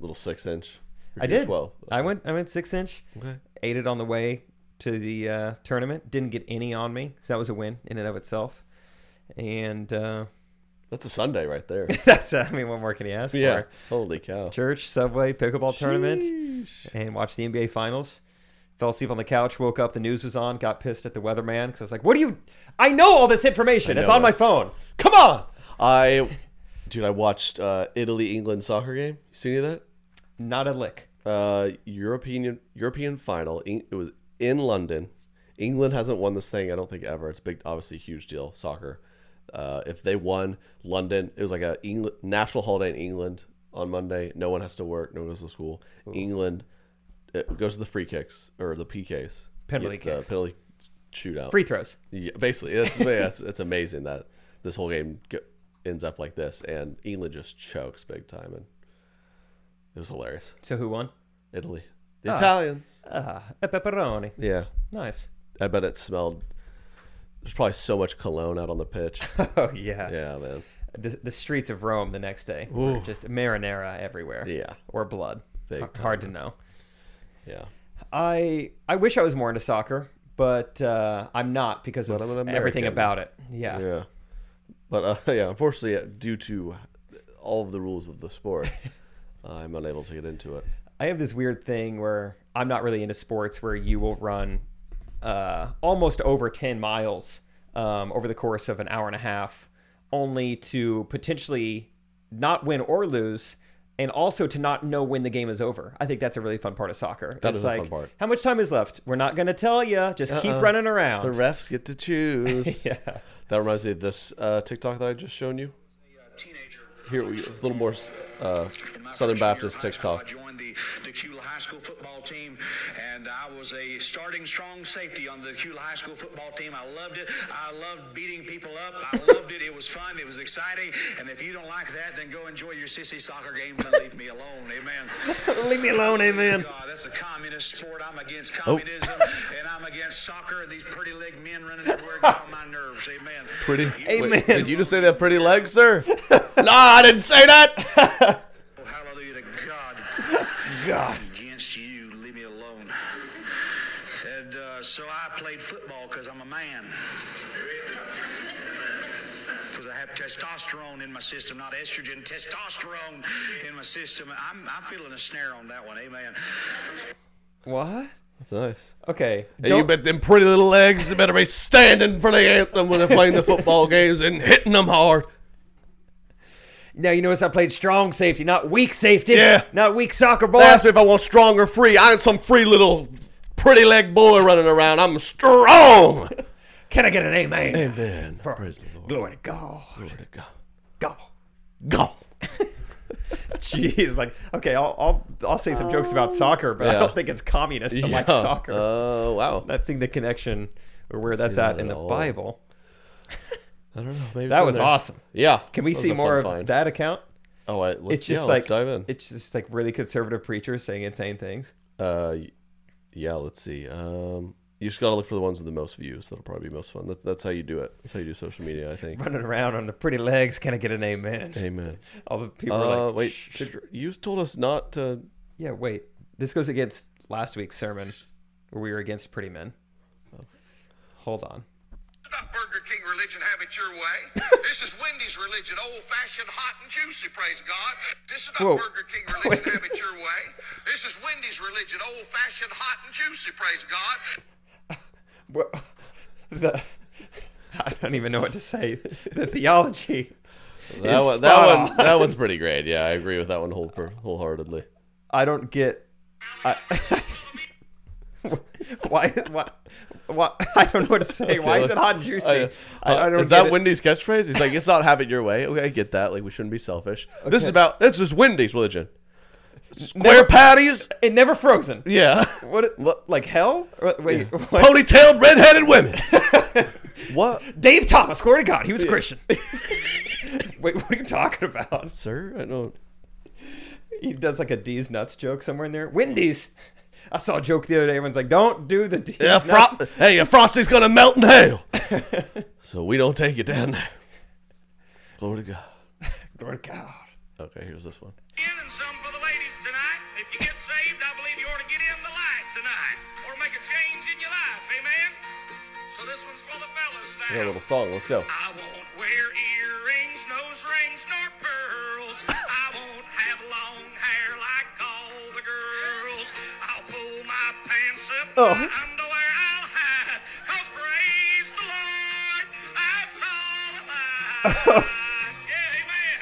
Speaker 2: little six inch. Or
Speaker 3: I
Speaker 2: your
Speaker 3: did.
Speaker 2: twelve.
Speaker 3: I went. I went six inch.
Speaker 2: Okay.
Speaker 3: Ate it on the way to the uh, tournament. Didn't get any on me, so that was a win in and of itself. And uh,
Speaker 2: That's a Sunday right there.
Speaker 3: that's. uh, I mean, what more can you ask
Speaker 2: yeah.
Speaker 3: for?
Speaker 2: Holy cow.
Speaker 3: Church, subway, pickleball tournament,
Speaker 2: Sheesh.
Speaker 3: and watched the NBA finals. Fell asleep on the couch. Woke up. The news was on. Got pissed at the weatherman because I was like, "What do you? I know all this information. It's
Speaker 2: know
Speaker 3: on my
Speaker 2: this.
Speaker 3: phone.
Speaker 2: Come on. I dude, I watched uh Italy England soccer game. You see any of that?
Speaker 3: Not a lick."
Speaker 2: uh, European European final. Eng- It was in London. England hasn't won this thing, I don't think ever. It's a big, obviously a huge deal. Soccer. Uh, if they won London, it was like a England, national holiday in England on Monday. No one has to work. No one goes to school. England it goes to the free kicks or the PKs,
Speaker 3: Penalty
Speaker 2: the
Speaker 3: kicks.
Speaker 2: penalty shootout.
Speaker 3: Free throws.
Speaker 2: Yeah, basically, it's, yeah, it's, it's amazing that this whole game go, ends up like this, and England just chokes big time, and it was hilarious.
Speaker 3: So who won?
Speaker 2: Italy. The Italians.
Speaker 3: Ah, a pepperoni.
Speaker 2: Yeah.
Speaker 3: Nice.
Speaker 2: I bet it smelled. There's probably so much cologne out on the pitch.
Speaker 3: Oh yeah.
Speaker 2: yeah, man.
Speaker 3: the, the streets of Rome the next day. were Just marinara everywhere.
Speaker 2: Yeah.
Speaker 3: Or blood.
Speaker 2: Big
Speaker 3: H- Hard to know.
Speaker 2: Yeah.
Speaker 3: I I wish I was more into soccer, but uh, I'm not because of
Speaker 2: But I'm an
Speaker 3: everything
Speaker 2: American.
Speaker 3: about it. Yeah.
Speaker 2: Yeah. But uh, yeah, unfortunately, uh, due to all of the rules of the sport, I'm unable to get into it.
Speaker 3: I have this weird thing where I'm not really into sports where you will run uh, almost over 10 miles um, over the course of an hour and a half, only to potentially not win or lose. And also to not know when the game is over. I think that's a really fun part of soccer.
Speaker 2: That
Speaker 3: it's
Speaker 2: is a
Speaker 3: like,
Speaker 2: fun part.
Speaker 3: How much time is left? We're not going to tell you. Just keep
Speaker 2: Uh-uh.
Speaker 3: running
Speaker 2: The
Speaker 3: around.
Speaker 2: refs get to choose.
Speaker 3: yeah.
Speaker 2: That reminds me of this uh, TikTok that I just shown you.
Speaker 5: teenager.
Speaker 2: Here, we, it's a little more uh,
Speaker 5: In my
Speaker 2: Southern
Speaker 5: freshman year
Speaker 2: Baptist
Speaker 5: of high school,
Speaker 2: TikTok.
Speaker 5: I joined the the Cula High School football team, and I was a starting strong safety on the Cula High School football team. I loved it. I loved beating people up. I loved it. It was fun. It was exciting. And if you don't like that, then go enjoy your sissy soccer games and leave me alone. Amen.
Speaker 3: Leave me alone, amen.
Speaker 5: God, that's a communist sport. I'm against
Speaker 2: Oh.
Speaker 5: communism, and I'm against soccer and these pretty leg men running everywhere get on my nerves. Amen.
Speaker 2: Pretty.
Speaker 3: Amen.
Speaker 2: did you just say that pretty leg, sir? nah, I didn't say that.
Speaker 5: Oh, hallelujah to God. God. Against you, leave me alone. And uh, so I played football because I'm a man. Because I have testosterone in my system, not estrogen, testosterone in my system. I'm, I'm feeling a snare on that one. Amen.
Speaker 3: What?
Speaker 2: That's nice.
Speaker 3: Okay.
Speaker 2: Hey, you
Speaker 3: don't-
Speaker 2: bet them pretty little legs. You better be standing for the anthem when they're playing the football games and hitting them hard.
Speaker 3: Now you notice I played strong safety, not weak safety.
Speaker 2: Yeah.
Speaker 3: Not weak soccer ball.
Speaker 2: They asked me if I want strong or free. I ain't some free little pretty leg boy running around. I'm strong.
Speaker 3: Can I get an amen?
Speaker 2: Man, praise the Lord.
Speaker 3: Glory to God.
Speaker 2: Glory to God.
Speaker 3: God.
Speaker 2: Go.
Speaker 3: Jeez, like okay, I'll I'll, I'll say some jokes about soccer, but I
Speaker 2: Uh, Yeah.
Speaker 3: don't think it's communist to like soccer.
Speaker 2: Oh wow.
Speaker 3: not seeing the connection or where that's
Speaker 2: that
Speaker 3: at in
Speaker 2: at
Speaker 3: the
Speaker 2: all.
Speaker 3: Bible.
Speaker 2: I don't know. Maybe it's
Speaker 3: That
Speaker 2: in
Speaker 3: was
Speaker 2: there.
Speaker 3: awesome.
Speaker 2: Yeah.
Speaker 3: Can we
Speaker 2: that was
Speaker 3: see
Speaker 2: a
Speaker 3: more of
Speaker 2: fun find.
Speaker 3: that account?
Speaker 2: Oh, wait, let's,
Speaker 3: It's just
Speaker 2: yeah,
Speaker 3: like
Speaker 2: let's dive in.
Speaker 3: it's just like really conservative preachers saying insane things.
Speaker 2: Uh, y- yeah, let's see. Um, you just gotta look for the ones with the most views. That'll probably be most fun. That, that's how you do it. That's how you do social media, I think.
Speaker 3: Running around on the pretty legs, can I get an amen?
Speaker 2: Amen.
Speaker 3: All the people are
Speaker 2: Uh,
Speaker 3: like,
Speaker 2: wait,
Speaker 3: "Shh,
Speaker 2: sh- you told us not to.
Speaker 3: Yeah, wait. This goes against last week's sermon where we were against pretty men.
Speaker 2: Oh.
Speaker 3: Hold on.
Speaker 6: about Burger King religion, have it your way. this is Wendy's religion, old fashioned, hot and juicy, praise God. This is not
Speaker 3: Whoa.
Speaker 6: Burger King religion, have it your way. This is Wendy's religion, old fashioned, hot and juicy, praise God.
Speaker 3: Wha- The, I don't even know what to say. The theology.
Speaker 2: That
Speaker 3: is
Speaker 2: one, that
Speaker 3: spot
Speaker 2: one, that one's pretty great. Yeah, I agree with that one whole, wholeheartedly.
Speaker 3: I don't get. I, why, why, why? I don't know what to say. why is
Speaker 2: Okay,
Speaker 3: it hot and juicy? I,
Speaker 2: uh,
Speaker 3: I don't
Speaker 2: is that
Speaker 3: get it.
Speaker 2: Wendy's catchphrase? He's like, "It's not have it your way." Okay, I get that. Like, we shouldn't be selfish. This is about this is Wendy's religion. Square
Speaker 3: Never-
Speaker 2: patties.
Speaker 3: It never frozen.
Speaker 2: Yeah.
Speaker 3: What,
Speaker 2: What-
Speaker 3: Like hell? Or- Wait. what?
Speaker 2: Ponytailed redheaded women. what,
Speaker 3: Dave Thomas, glory to God, he was a Christian. Wait, what are you talking about?
Speaker 2: sir? I don't.
Speaker 3: He does like a D's nuts joke somewhere in there. Wendy's. I saw a joke the other day. Everyone's like, "Don't do the D's
Speaker 2: Yeah,
Speaker 3: nuts."
Speaker 2: fro- hey, a frosty's gonna melt in hell. so we don't take it down there. Glory to God.
Speaker 3: Lord God.
Speaker 2: Okay, here's this one.
Speaker 6: In and some for the ladies tonight. If you get saved, I believe you ought to get in the light tonight or make a change in your life, amen? So this one's for the fellas now.
Speaker 2: Got a little song. Let's go.
Speaker 6: I won't wear earrings, nose rings, nor pearls. I won't have long hair like all the girls. I'll pull my pants up,
Speaker 3: Oh.
Speaker 6: my underwear I'll hide. Cause praise the Lord, I saw the light. yeah, amen.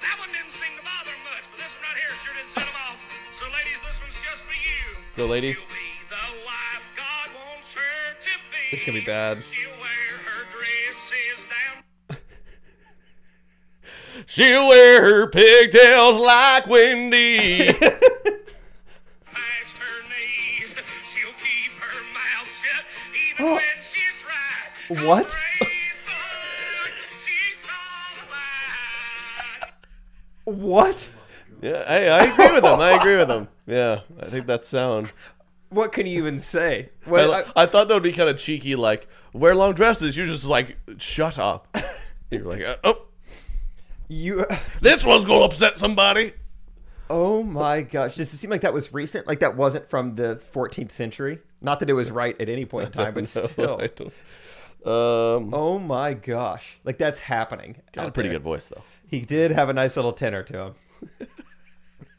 Speaker 6: That one didn't seem to bother him much, but this one right here sure did set him off. So ladies, this one's just for you.
Speaker 2: Go, ladies.
Speaker 6: She'll be the wife God wants her to be.
Speaker 3: This is gonna be bad.
Speaker 6: She'll wear her dresses down.
Speaker 2: She wear her pigtails like Wendy.
Speaker 6: past her knees. She'll keep her mouth shut even when she's right. 'Cause
Speaker 3: Oh. What?
Speaker 6: praise the Lord, she's all alive.
Speaker 3: What?
Speaker 2: yeah, hey, I agree with him. I agree with him. Yeah, I think that sound.
Speaker 3: What can you even say?
Speaker 2: I,
Speaker 3: What, I,
Speaker 2: I thought that would be kind of cheeky, like wear long dresses. You're just like, shut up. You're like, uh, oh,
Speaker 3: you?
Speaker 2: this one's gonna upset somebody.
Speaker 3: Oh my gosh! Does it seem like that was recent? Like that wasn't from the 14th century? Not that it was right at any point in time, but
Speaker 2: No,
Speaker 3: still.
Speaker 2: I don't- Um,
Speaker 3: Oh my gosh! Like that's happening.
Speaker 2: got a pretty good voice though.
Speaker 3: He did have a nice little tenor to him.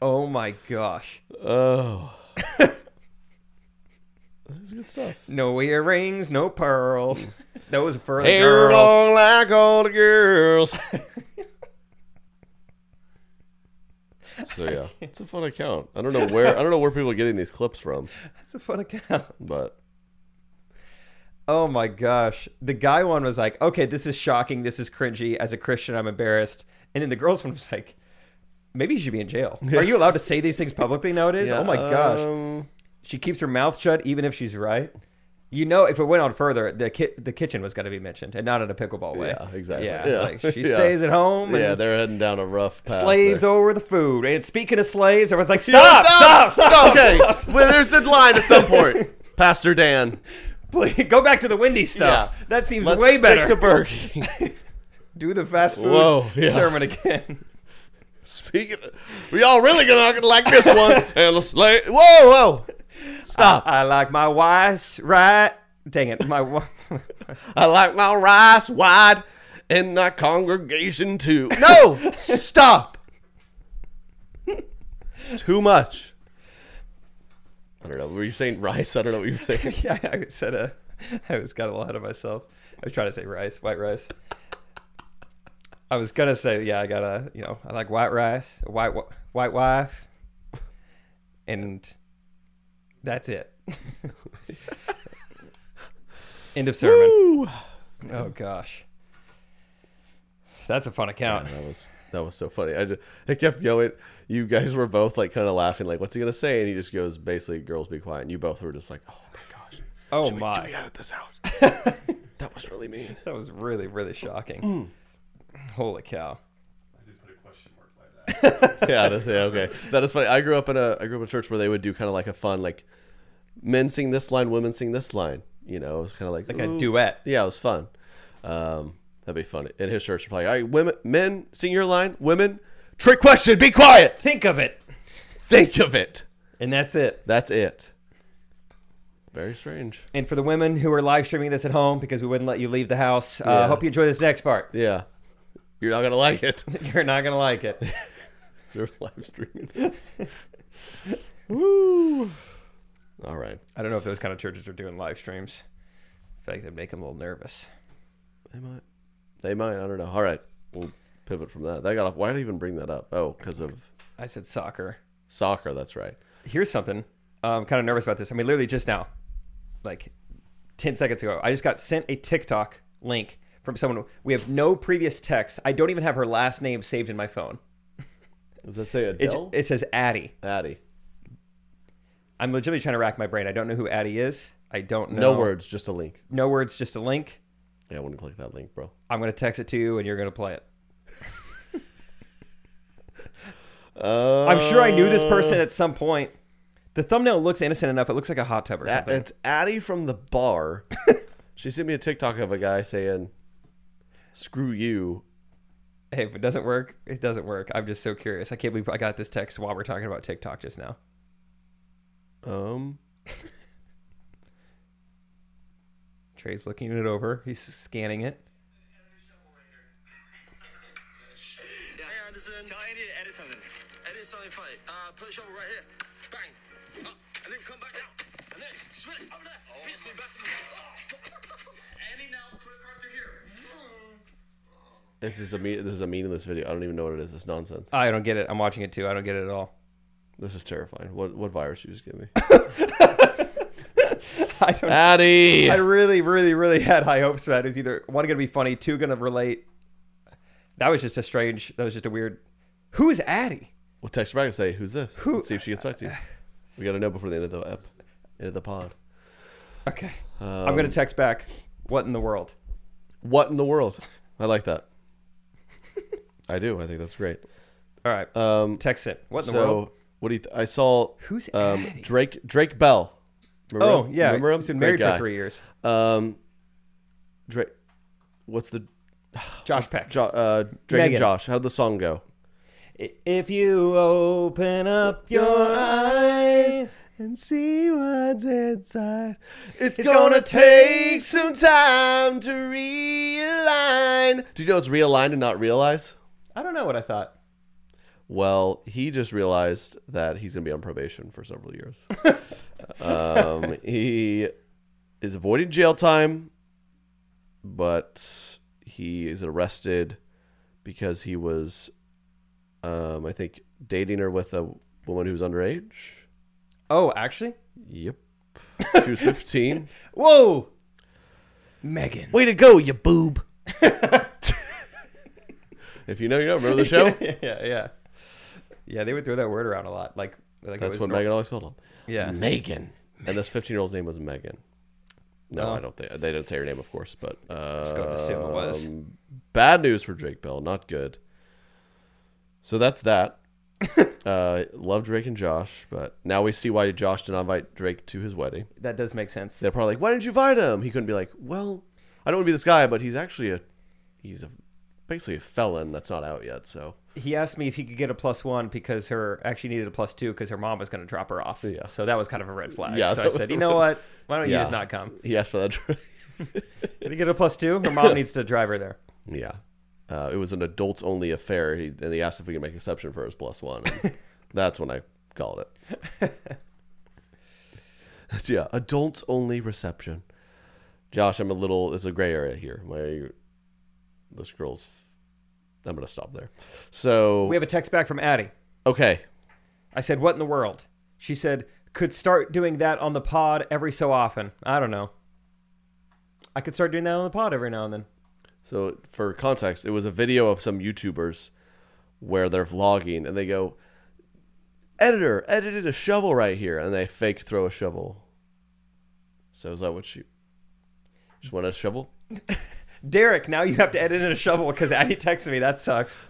Speaker 3: oh my gosh.
Speaker 2: Oh. That's good stuff.
Speaker 3: No earrings, no pearls. Those for the
Speaker 2: Hair
Speaker 3: girls.
Speaker 2: long like all the girls. so yeah, it's a fun account. I don't know where I don't know where people are getting these clips from,
Speaker 3: That's a fun account.
Speaker 2: but
Speaker 3: Oh my gosh. The guy one was like, okay, this is shocking. This is cringy. As a Christian, I'm embarrassed. And then the girls one was like, Maybe you should be in jail. Are you allowed to say these things publicly nowadays? oh my gosh.
Speaker 2: Um,
Speaker 3: she keeps her mouth shut even if she's right. You know, if it went on further, the ki- the kitchen was going to be mentioned, and not in a pickleball way.
Speaker 2: yeah, exactly.
Speaker 3: Yeah, like she
Speaker 2: Yeah.
Speaker 3: stays at home. And
Speaker 2: Yeah, they're heading down a rough path.
Speaker 3: Oh slaves
Speaker 2: there.
Speaker 3: over the food. And speaking of slaves, everyone's like,
Speaker 2: Yeah,
Speaker 3: stop, stop, stop,
Speaker 2: Okay,
Speaker 3: stop,
Speaker 2: well, there's a line at some point. Pastor Dan.
Speaker 3: Please go back to the windy stuff.
Speaker 2: Yeah.
Speaker 3: That seems
Speaker 2: Let's
Speaker 3: way
Speaker 2: stick
Speaker 3: better.
Speaker 2: to Burger King.
Speaker 3: Do the fast food
Speaker 2: Whoa, yeah.
Speaker 3: sermon again.
Speaker 2: Speaking, of, we all really gonna like this one. and let's lay. Whoa, whoa, stop!
Speaker 3: I like my wife right. Dang it, my wife.
Speaker 2: I like my rice wide, and my congregation too. No, stop! It's too much. I don't know. Were you saying rice? I don't know what you were saying.
Speaker 3: yeah, I said a. I was got a little ahead of myself. I was trying to say rice, white rice. I was gonna say yeah, I gotta you know I like white rice, a white wi- white wife, and that's it. End of sermon. Oh gosh, that's a fun account.
Speaker 2: That was that was so funny. I just I kept going. You guys were both like kind of laughing, like, "What's he gonna say?" And he just goes, basically, "Girls, be quiet." And you both were just like, "Oh my gosh,
Speaker 3: Oh
Speaker 2: do we
Speaker 3: my,
Speaker 2: edit this out?" that was really mean.
Speaker 3: that was really really shocking.
Speaker 2: Mm.
Speaker 3: Holy cow!
Speaker 2: yeah, that's, yeah, okay. That is funny. I grew up in a I grew up in a church where they would do kind of like a fun like men sing this line, women sing this line. You know, it was kind of like
Speaker 3: Like a
Speaker 2: ooh.
Speaker 3: duet.
Speaker 2: Yeah, it was fun. Um, that'd be fun. In his church, probably all right. Women, men sing your line. Women, trick question. Be quiet.
Speaker 3: Think of it,
Speaker 2: Think of it.
Speaker 3: and that's it.
Speaker 2: That's it. Very strange.
Speaker 3: And for the women who are live streaming this at home, because we wouldn't let you leave the house, I
Speaker 2: Yeah.
Speaker 3: hope you enjoy this next part.
Speaker 2: Yeah, you're not gonna like it.
Speaker 3: You're not going to like it.
Speaker 2: They're live streaming this. Woo. All right.
Speaker 3: I don't know if those kind of churches are doing live streams. I feel like they'd make them a little nervous.
Speaker 2: They might. They might. I don't know. All right. We'll pivot from that. That got off. Why did I even bring that up? Oh, because of
Speaker 3: I said soccer.
Speaker 2: soccer. That's right.
Speaker 3: Here's something. I'm kind of nervous about this. I mean, literally just now, like 10 seconds ago, I just got sent a TikTok link from someone. We have no previous text. I don't even have her last name saved in my phone.
Speaker 2: Does that say
Speaker 3: It,
Speaker 2: Adele?
Speaker 3: it says Addie.
Speaker 2: Addie.
Speaker 3: I'm legitimately trying to rack my brain. I don't know who Addie is. I don't know.
Speaker 2: No. words, just a link.
Speaker 3: No words, just a link.
Speaker 2: Yeah, I wouldn't click that link, bro.
Speaker 3: I'm gonna text it to you, and you're gonna play it.
Speaker 2: Uh,
Speaker 3: I'm sure I knew this person at some point. The thumbnail looks innocent enough; it looks like a hot tub or
Speaker 2: that,
Speaker 3: something.
Speaker 2: it's Addie from the bar. she sent me a TikTok of a guy saying, "Screw you."
Speaker 3: Hey, if it doesn't work, it doesn't work. I'm just so curious. I can't believe I got this text while we're talking about TikTok just now.
Speaker 2: Um.
Speaker 3: Trey's looking it over. He's scanning it.
Speaker 6: Hey, Anderson. Tell Andy to edit something. Edit something funny. Uh, put the shovel right here. Bang. Up. And then come back down. And then spin it over there. Hits me back to the oh. Andy, now put a card through here. Mm.
Speaker 2: This is a me- this is a meaningless video. I don't even know what it is. It's nonsense.
Speaker 3: I don't get it. I'm watching it too. I don't get it at all.
Speaker 2: This is terrifying. What what virus you just give me?
Speaker 3: I don't.
Speaker 2: Addie.
Speaker 3: I really, really, really had high hopes for that. It was either one gonna be funny, two gonna relate. That was just a strange. That was just a weird. Who is Addie?
Speaker 2: We'll text her back and say, "Who's this?" Let's see if she gets back to you. We got to know before the end of the ep, end of the pod.
Speaker 3: Okay, I'm
Speaker 2: Um,
Speaker 3: gonna text back. What in the world?
Speaker 2: What in the world? I like that. I do. I think that's great.
Speaker 3: All right,
Speaker 2: Um,
Speaker 3: text it. What in the world?
Speaker 2: so, what do you? Th- I saw
Speaker 3: Who's
Speaker 2: um,
Speaker 3: Addie?
Speaker 2: Drake Drake Bell. Remember
Speaker 3: Oh
Speaker 2: him?
Speaker 3: yeah,
Speaker 2: remember him?
Speaker 3: he's been
Speaker 2: Great
Speaker 3: married
Speaker 2: guy.
Speaker 3: for three years.
Speaker 2: Um, Drake, what's the
Speaker 3: Josh Peck.
Speaker 2: jo- uh, Drake
Speaker 3: Megan.
Speaker 2: and Josh? How'd the song go?
Speaker 3: if you open up your eyes,
Speaker 2: and see what's inside. It's,
Speaker 3: gonna
Speaker 2: gonna, take some time to realign. Do you know it's realigned and not realize?
Speaker 3: I don't know what I thought.
Speaker 2: Well, he just realized that he's gonna be on probation for several years. um, he is avoiding jail time, but he is arrested because he was, um, I think, dating her with a woman who's underage.
Speaker 3: Oh, actually,
Speaker 2: Yep. She was 15.
Speaker 3: whoa, Megan.
Speaker 2: Way to go, you boob. if you know, you know. Remember the show?
Speaker 3: yeah, yeah. Yeah, they would throw that word around a lot. Like, like it
Speaker 2: That's
Speaker 3: was
Speaker 2: what
Speaker 3: normal.
Speaker 2: Megan always called him.
Speaker 3: Yeah.
Speaker 2: Megan. And this 15 year old's name was Megan. No, I don't think they didn't say her name, of course, but uh,
Speaker 3: go and assume it was.
Speaker 2: Um, Bad news for Drake Bell, not good. So that's that. uh, love Drake and Josh, but now we see why Josh did not invite Drake to his wedding.
Speaker 3: That does make sense.
Speaker 2: They're probably like, "Why didn't you invite him?" He couldn't be like, "Well, I don't want to be this guy, but he's actually a he's a basically a felon that's not out yet." So
Speaker 3: He asked me if he could get a plus one because her actually needed a plus two because her mom was going to drop her off. Yeah. So that was kind of a red flag.
Speaker 2: Yeah,
Speaker 3: so
Speaker 2: that
Speaker 3: I
Speaker 2: was-
Speaker 3: said, you know what? Why don't
Speaker 2: Yeah.
Speaker 3: you just not come?
Speaker 2: he asked for that. Drake.
Speaker 3: Did he get a plus two? Her mom needs to drive her there.
Speaker 2: Yeah. Uh, it was an adults only affair, he, and he asked if we could make an exception for his plus one. and that's when I called it. yeah, adults only reception. Josh, I'm a little. It's a gray area here. Where this girl's. I'm gonna stop there. So
Speaker 3: We have a text back from Addie.
Speaker 2: okay,
Speaker 3: I said, what in the world? She said, could start doing that on the pod every so often. I don't know. I could start doing that on the pod every now and then.
Speaker 2: So for context, it was a video of some YouTubers where they're vlogging and they go, "Editor, edited a shovel right here," and they fake throw a shovel. So is that what you just want a shovel?
Speaker 3: Derek, now you have to edit in a shovel because Addie texted me. That sucks.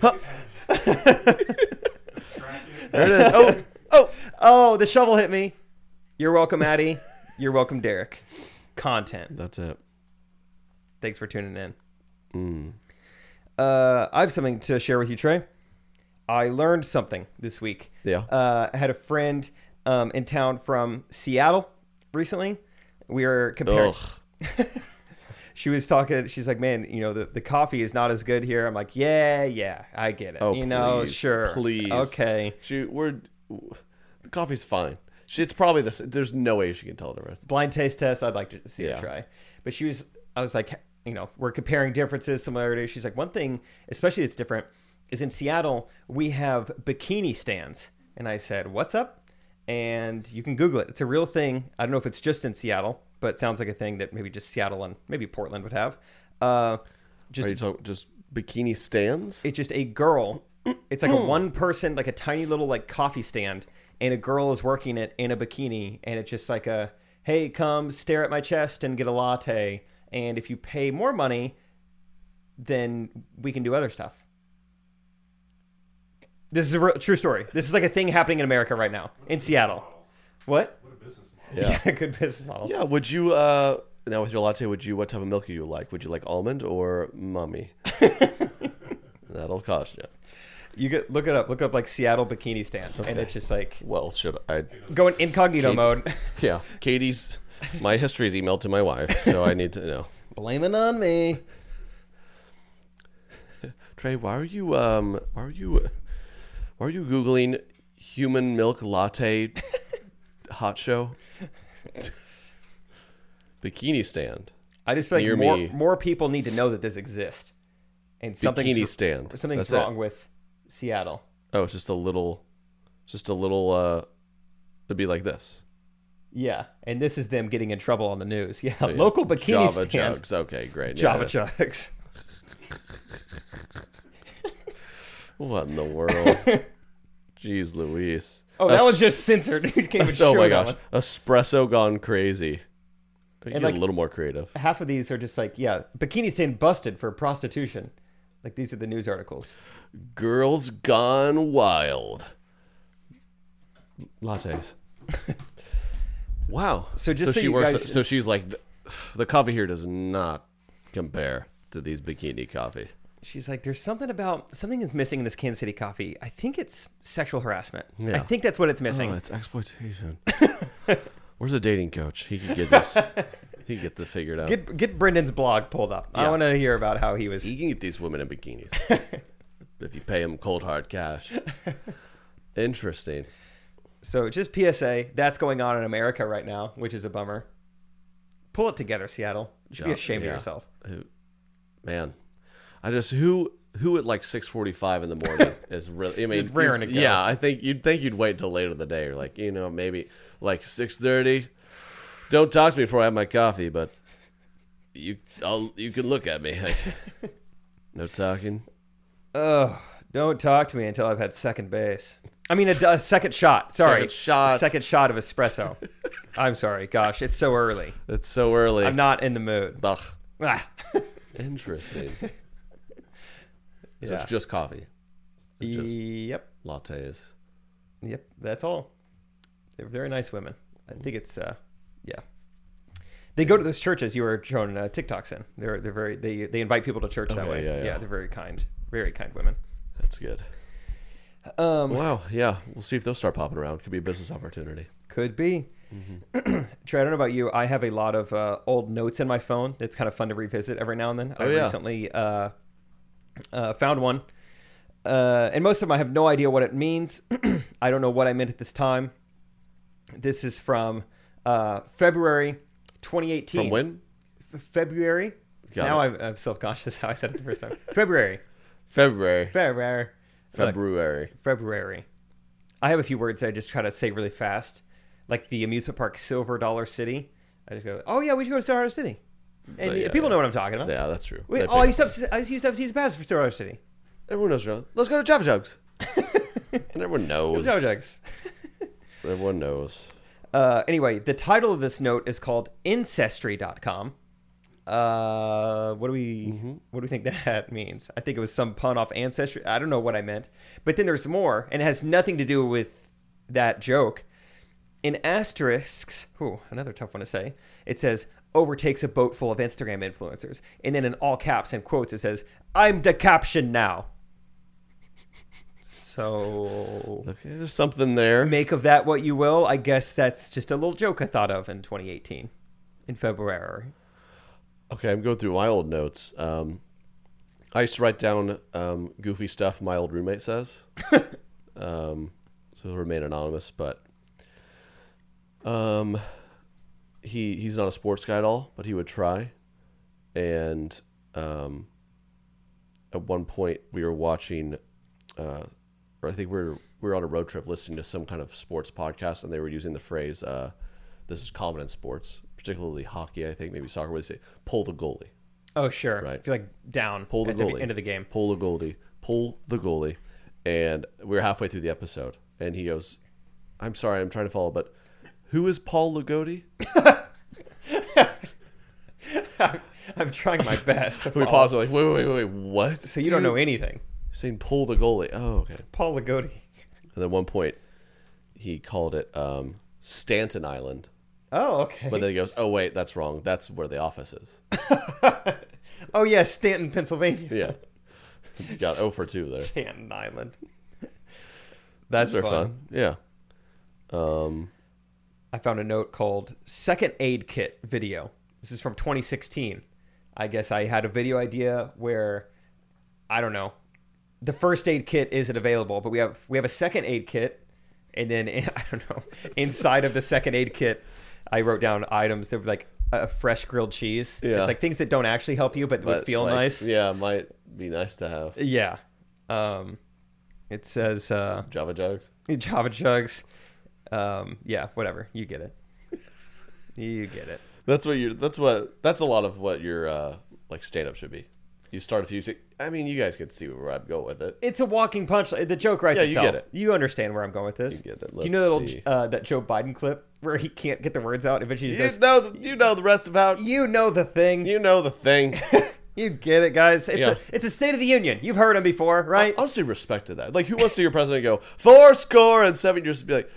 Speaker 2: There it is. Oh, oh,
Speaker 3: Oh, the shovel hit me. You're welcome, Addie. You're welcome, Derek. Content.
Speaker 2: that's it.
Speaker 3: Thanks for tuning in.
Speaker 2: Mm.
Speaker 3: Uh, I have something to share with you, Trey. I learned something this week.
Speaker 2: Yeah.
Speaker 3: Uh, I had a friend um, in town from Seattle recently. We were comparing.
Speaker 2: Ugh.
Speaker 3: She was talking. She's like, "Man, you know the, the coffee is not as good here." I'm like, "Yeah, yeah, I get it.
Speaker 2: Oh,
Speaker 3: you know,
Speaker 2: please,
Speaker 3: sure,
Speaker 2: please.
Speaker 3: okay."
Speaker 2: She, we're the coffee's fine. She, it's probably this. There's no way she can tell the difference.
Speaker 3: blind taste test. I'd like to see
Speaker 2: Yeah.
Speaker 3: her try. But she was, I was like, you know, we're comparing differences, similarities. She's like, one thing, especially that's different, is in Seattle we have bikini stands. And I said, what's up? And you can Google it. It's a real thing. I don't know if it's just in Seattle, but it sounds like a thing that maybe just Seattle and maybe Portland would have. Uh,
Speaker 2: Are
Speaker 3: just
Speaker 2: you talking just bikini stands?
Speaker 3: it's just a girl. It's like a one person, like a tiny little like coffee stand, and a girl is working it in a bikini, and it's just like a hey, come stare at my chest and get a latte, and if you pay more money, then we can do other stuff. This is a real, true story. This is like a thing happening in America right now in Seattle. What? What a business model. Yeah, good business model.
Speaker 2: Yeah, would you uh now with your latte, would you what type of milk do you like? Would you like almond or mummy? That'll cost you.
Speaker 3: You could look it up. Look up like Seattle bikini stand, and it's just like
Speaker 2: Well, should I
Speaker 3: going incognito
Speaker 2: Keep-
Speaker 3: mode.
Speaker 2: Yeah. Katie's my history is emailed to my wife, so I need to know.
Speaker 3: Blame it on me.
Speaker 2: Trey, why are you um why are you why are you googling human milk latte hot show? Bikini stand.
Speaker 3: I just feel
Speaker 2: Near
Speaker 3: like more,
Speaker 2: me.
Speaker 3: more people need to know that this exists, and something's
Speaker 2: Bikini stand.
Speaker 3: something's
Speaker 2: That's it.
Speaker 3: wrong with Seattle.
Speaker 2: Oh, it's just a little it's just a little uh it'd be like this.
Speaker 3: Yeah, and this is them getting in trouble on the news. Yeah,
Speaker 2: Oh, Yeah.
Speaker 3: local bikini
Speaker 2: Java
Speaker 3: stand.
Speaker 2: jugs. Okay, great. Yeah,
Speaker 3: Java
Speaker 2: yeah.
Speaker 3: jugs.
Speaker 2: What in the world? Jeez Louise.
Speaker 3: Oh, that
Speaker 2: Es-
Speaker 3: was just censored. You can't even
Speaker 2: Oh
Speaker 3: show
Speaker 2: my
Speaker 3: that
Speaker 2: gosh.
Speaker 3: one.
Speaker 2: Espresso gone crazy. They get
Speaker 3: like-
Speaker 2: a little more creative.
Speaker 3: Half of these are just like yeah, bikini stand busted for prostitution. Like these are the news articles.
Speaker 2: Girls gone wild. Lattes. wow.
Speaker 3: So just so
Speaker 2: she
Speaker 3: you
Speaker 2: works
Speaker 3: guys-
Speaker 2: so she's like "The- the coffee here does not compare to these bikini coffee.
Speaker 3: She's like, there's something about something is missing in this Kansas City coffee. I think it's sexual harassment. I
Speaker 2: Yeah.
Speaker 3: think that's what it's missing.
Speaker 2: Oh, it's exploitation. Where's a dating coach? He could get this. he could get this figured out.
Speaker 3: Get get Brendan's blog pulled up. I
Speaker 2: Yeah.
Speaker 3: want to hear about how he was.
Speaker 2: You can get these women in bikinis if you pay them cold hard cash. Interesting.
Speaker 3: So just PSA, that's going on in America right now, which is a bummer. Pull it together, Seattle. You should be
Speaker 2: Yeah,
Speaker 3: ashamed
Speaker 2: yeah.
Speaker 3: of yourself.
Speaker 2: Who- Man, I just who who at like six forty five in the morning is really. I mean,
Speaker 3: Just raring to
Speaker 2: you-
Speaker 3: go.
Speaker 2: yeah. I think you'd think you'd wait till later in the day, or like you know maybe like six thirty. Don't talk to me before I have my coffee, but you I'll, you can look at me. Like, no talking.
Speaker 3: Ugh, don't talk to me until I've had second base. I mean, a, d- a second shot. Sorry,
Speaker 2: Second shot.
Speaker 3: A second shot of espresso. I'm sorry. Gosh, it's so early.
Speaker 2: It's so early.
Speaker 3: I'm not in the mood.
Speaker 2: Ugh.
Speaker 3: Ah.
Speaker 2: Interesting. So
Speaker 3: Yeah.
Speaker 2: it's just coffee. Just
Speaker 3: Yep,
Speaker 2: lattes.
Speaker 3: yep. That's all. They're very nice women. I think it's uh, yeah. They go to those churches you were showing uh, TikToks in. They're they're very they they invite people to church that
Speaker 2: Okay,
Speaker 3: way.
Speaker 2: yeah, yeah.
Speaker 3: they're very kind, very kind women.
Speaker 2: That's good.
Speaker 3: Um,
Speaker 2: Wow. Yeah. We'll see if those start popping around. Could be a business opportunity.
Speaker 3: Could be.
Speaker 2: Mm-hmm.
Speaker 3: Trey, I don't know about you. I have a lot of uh, old notes in my phone. That's kind of fun to revisit every now and then. I
Speaker 2: Oh, yeah.
Speaker 3: recently uh, uh, found one, uh, and most of them I have no idea what it means. I don't know what I meant at this time. This is from uh, February 2018.
Speaker 2: From when?
Speaker 3: F- February.
Speaker 2: Got
Speaker 3: now
Speaker 2: it.
Speaker 3: I'm, I'm self-conscious how I said it the first time. February.
Speaker 2: February.
Speaker 3: February. Look,
Speaker 2: February.
Speaker 3: February. I have a few words I just try to say really fast, like the amusement park Silver Dollar City. I just go, oh yeah, we should go to Silver Dollar City, and
Speaker 2: Yeah,
Speaker 3: people
Speaker 2: yeah.
Speaker 3: know what I'm talking about.
Speaker 2: Yeah, that's true.
Speaker 3: We,
Speaker 2: uh, They
Speaker 3: oh, I
Speaker 2: pick
Speaker 3: used to have, I used to have season passes for Silver Dollar City.
Speaker 2: up- Everyone knows. around- Let's go to Java Jugs. and everyone knows.
Speaker 3: No jokes.
Speaker 2: Everyone knows.
Speaker 3: Uh, anyway, the title of this note is called Ancestry.com. Uh, what do we what do we think that means? I think it was some pun off ancestry. I don't know what I meant, but then there's more, and it has nothing to do with that joke. In asterisks, ooh, another tough one to say. It says overtakes a boat full of Instagram influencers, and then in all caps and quotes it says, "I'm the caption now." So
Speaker 2: Okay, there's something there.
Speaker 3: make of that what you will. I guess that's just a little joke I thought of in 2018, in February.
Speaker 2: Okay, I'm going through my old notes. Um, I used to write down um, goofy stuff my old roommate says. um, so he'll remain anonymous, but um, he he's not a sports guy at all, but he would try. And um, at one point, we were watching, uh, or I think we were we were on a road trip listening to some kind of sports podcast, and they were using the phrase. Uh, this is common in sports, particularly hockey. I think maybe soccer would say pull the goalie,
Speaker 3: Oh sure,
Speaker 2: Right.
Speaker 3: I feel like down
Speaker 2: pull the
Speaker 3: at
Speaker 2: goalie,
Speaker 3: the end of the game.
Speaker 2: pull the goalie, pull the goalie. And we were halfway through the episode, and he goes, "I'm sorry, I'm trying to follow, but who is Paul Lugoti?"
Speaker 3: I'm trying my best. to
Speaker 2: We
Speaker 3: follow.
Speaker 2: pause, like, wait, wait, wait, wait, what?
Speaker 3: So you don't know anything,
Speaker 2: saying pull the goalie? Oh, okay.
Speaker 3: Paul Lagodi.
Speaker 2: And then one point, he called it um, Stanton Island,
Speaker 3: Oh okay.
Speaker 2: but then he goes, "Oh wait, that's wrong. That's where the office is."
Speaker 3: oh yeah, Stanton, Pennsylvania.
Speaker 2: Yeah, got 0 for two there.
Speaker 3: Stanton Island. That's
Speaker 2: Those are
Speaker 3: fun.
Speaker 2: fun. Yeah. Um.
Speaker 3: I found a note called "Second Aid Kit Video." This is from 2016. I guess I had a video idea where I don't know. The first aid kit isn't available, but we have we have a second aid kit, and then I don't know. Inside of the second aid kit, I wrote down items that were like a fresh grilled cheese.
Speaker 2: Yeah.
Speaker 3: It's like things that don't actually help you, but, would
Speaker 2: but,
Speaker 3: feel
Speaker 2: like,
Speaker 3: nice.
Speaker 2: Yeah, might be nice to have
Speaker 3: Yeah. Um, it says uh,
Speaker 2: Java jugs.
Speaker 3: Java jugs. Um, yeah, whatever. You get it. you get it.
Speaker 2: That's what you. That's what. That's a lot of what your uh, like stand up should be. You start a few. T- I mean, you guys could see where I'd go with it.
Speaker 3: it's a walking punch. The joke writes
Speaker 2: Yeah, you
Speaker 3: itself.
Speaker 2: get it.
Speaker 3: You understand where I'm going with this.
Speaker 2: You get it.
Speaker 3: Do you know that,
Speaker 2: Let's see.
Speaker 3: old, uh, that Joe Biden clip where he can't get the words out? Eventually, he
Speaker 2: You
Speaker 3: goes,
Speaker 2: know. The, you know the rest about.
Speaker 3: "You know the thing. You,
Speaker 2: You know the thing.
Speaker 3: get it, guys. It's
Speaker 2: Yeah.
Speaker 3: a it's a State of the Union. You've heard him before, right?
Speaker 2: Honestly, respected that. Like, who wants to hear president go four score and seven years? Be like,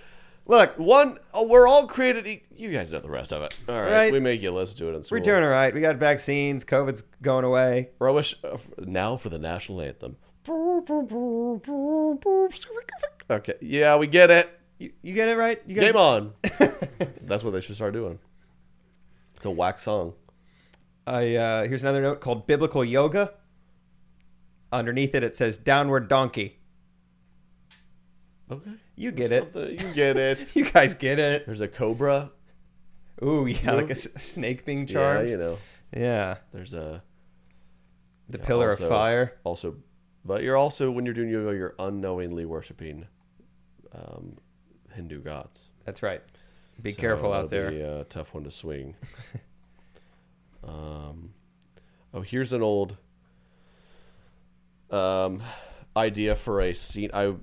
Speaker 3: Look,
Speaker 2: one. Oh, we're all created. E- you guys know the rest of it. All right,
Speaker 3: Right.
Speaker 2: we make you listen to it in school.
Speaker 3: we're doing all right. We got vaccines. COVID's going away.
Speaker 2: Or I wish uh, f- now for the national anthem. Okay, yeah, we get it.
Speaker 3: You, you get it right. You get
Speaker 2: Game
Speaker 3: it?
Speaker 2: on. That's what they should start doing. It's a whack song.
Speaker 3: I uh, here's another note called biblical yoga. Underneath it, it says downward donkey.
Speaker 2: Okay.
Speaker 3: You get it.
Speaker 2: Something, you get it.
Speaker 3: You guys get it.
Speaker 2: There's a cobra.
Speaker 3: Ooh, yeah, like a s- snake being charmed.
Speaker 2: Yeah, you know.
Speaker 3: yeah.
Speaker 2: There's a
Speaker 3: the pillar
Speaker 2: also-
Speaker 3: of fire.
Speaker 2: also, but you're also when you're doing yoga, you're unknowingly worshiping um, Hindu gods.
Speaker 3: That's right. Be
Speaker 2: So uh,
Speaker 3: careful out
Speaker 2: that'll
Speaker 3: there.
Speaker 2: Be a tough one to swing. um, oh, here's an old um, idea for a scene. I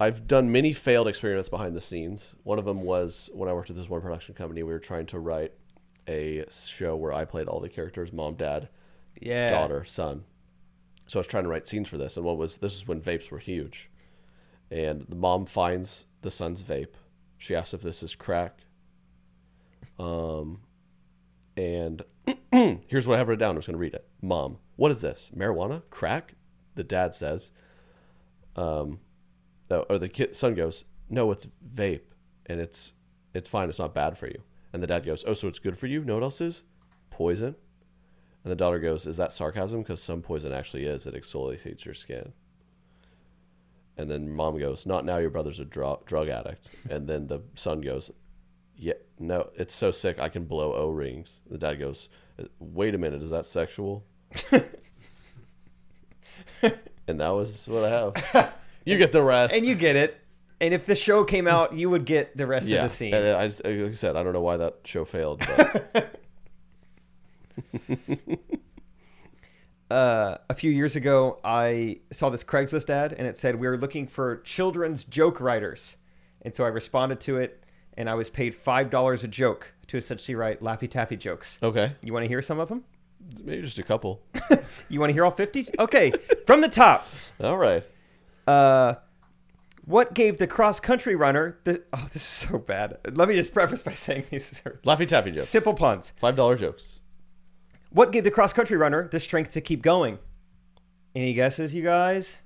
Speaker 2: I've done many failed experiments behind the scenes. One of them was when I worked at this one production company. We were trying to write a show where I played all the characters: mom, dad,
Speaker 3: Yeah.
Speaker 2: daughter, son. So I was trying to write scenes for this, and what was this is when vapes were huge, and the mom finds the son's vape. She asks if this is crack. Um, and here's what I have written down. I'm just gonna read it. Mom, what is this? Marijuana? Crack? The dad says. Um, no, or the kid son goes, no, it's vape, and it's it's fine. It's not bad for you. And the dad goes, oh, so it's good for you? Know what else is? Poison. And the daughter goes, "Is that sarcasm? Because some poison actually is. It exfoliates your skin." And then mom goes, "Not now. Your brother's a dro- drug addict." And then the son goes, "Yeah, no. It's so sick. I can blow O rings." The dad goes, "Wait a minute. Is that sexual?" and that was what I have. You get the rest.
Speaker 3: And you get it. And if the show came out, you would get the rest
Speaker 2: yeah.
Speaker 3: of the scene.
Speaker 2: And I just, like I said, I don't know why that show failed. But
Speaker 3: uh, a few years ago, I saw this Craigslist ad and it said, We are looking for children's joke writers. And so I responded to it and I was paid $5 a joke to essentially write Laffy Taffy jokes.
Speaker 2: okay,
Speaker 3: You want to hear some of them?
Speaker 2: maybe just a couple.
Speaker 3: You want to hear all 50? Okay, from the top.
Speaker 2: All right.
Speaker 3: Uh, what gave the cross country runner the. Oh, this is so bad. Let me just preface by saying these are
Speaker 2: Laffy Taffy jokes.
Speaker 3: simple puns.
Speaker 2: Five dollar jokes.
Speaker 3: What gave the cross country runner the strength to keep going? Any guesses, you guys?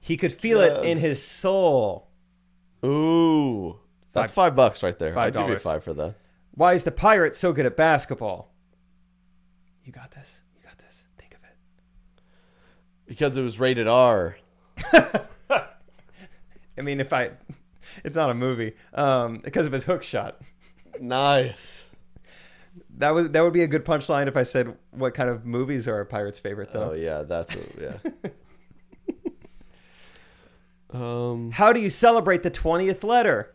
Speaker 3: He could feel it in
Speaker 2: Drugs.
Speaker 3: his soul.
Speaker 2: Ooh, that's five bucks right there. I'd give you
Speaker 3: dollars.
Speaker 2: five for that.
Speaker 3: Why is the pirate so good at basketball? You got this. You got this. Think of it.
Speaker 2: Because it was rated R.
Speaker 3: I mean, if I, it's not a movie. Um, because of his hook shot.
Speaker 2: Nice.
Speaker 3: That was that would be a good punchline if I said what kind of movies are a pirate's favorite though.
Speaker 2: Oh yeah, that's a, yeah. um,
Speaker 3: How do you celebrate the 20th letter?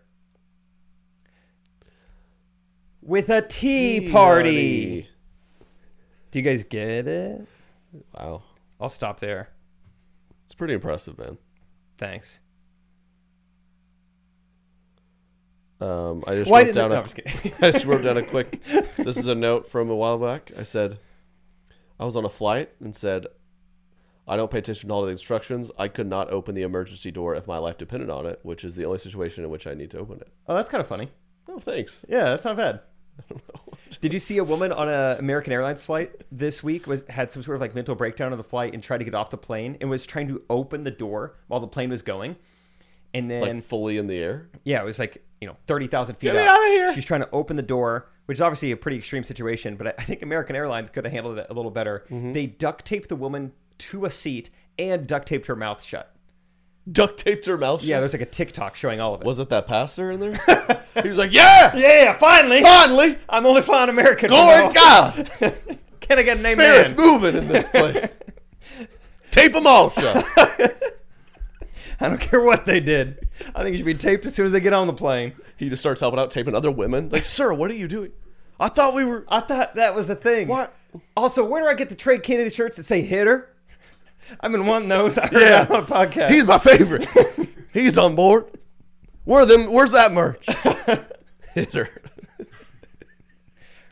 Speaker 3: With a tea, party. Do you guys get it?
Speaker 2: Wow,
Speaker 3: I'll stop there.
Speaker 2: it's pretty impressive, man.
Speaker 3: Thanks.
Speaker 2: Um, I just
Speaker 3: Why
Speaker 2: wrote
Speaker 3: did
Speaker 2: down.
Speaker 3: no,
Speaker 2: A,
Speaker 3: I'm just kidding.
Speaker 2: I just wrote down a quick. This is a note from a while back. I said, I was on a flight and said, I don't pay attention to all the instructions. I could not open the emergency door if my life depended on it, which is the only situation in which I need to open it.
Speaker 3: oh, that's kind of funny.
Speaker 2: Oh, thanks.
Speaker 3: Yeah, that's not bad. Did you see a woman on a American Airlines flight this week was had some sort of like mental breakdown on the flight and tried to get off the plane and was trying to open the door while the plane was going, and then
Speaker 2: Like fully in the air.
Speaker 3: Yeah, it was like you know thirty thousand feet.
Speaker 2: Get me
Speaker 3: up.
Speaker 2: outta here.
Speaker 3: She's trying to open the door, which is obviously a pretty extreme situation. But I- I think American Airlines could have handled it a little better.
Speaker 2: Mm-hmm.
Speaker 3: They duct taped the woman to a seat and duct taped her mouth shut.
Speaker 2: Duct taped her mouth. shut.
Speaker 3: Yeah, there's like a TikTok showing all of it.
Speaker 2: Was it that pastor in there? he was like, "Yeah,
Speaker 3: yeah, finally,
Speaker 2: finally,
Speaker 3: I'm only flying American.
Speaker 2: glory
Speaker 3: tomorrow.
Speaker 2: to God,
Speaker 3: Can I get an
Speaker 2: Spirit's
Speaker 3: amen?
Speaker 2: moving in this place. Tape them all shut."
Speaker 3: I don't care what they did. I think it should be taped as soon as they get on the plane.
Speaker 2: He just starts helping out, taping other women. Like, sir, what are you doing? I thought we were.
Speaker 3: I thought that was the thing.
Speaker 2: What?
Speaker 3: Also, where do I get the Trey Kennedy shirts that say "hitter"? I've been wanting those. I heard
Speaker 2: Yeah.
Speaker 3: that on a podcast.
Speaker 2: He's my favorite. He's on board. Where them? Where's that merch? Hitter.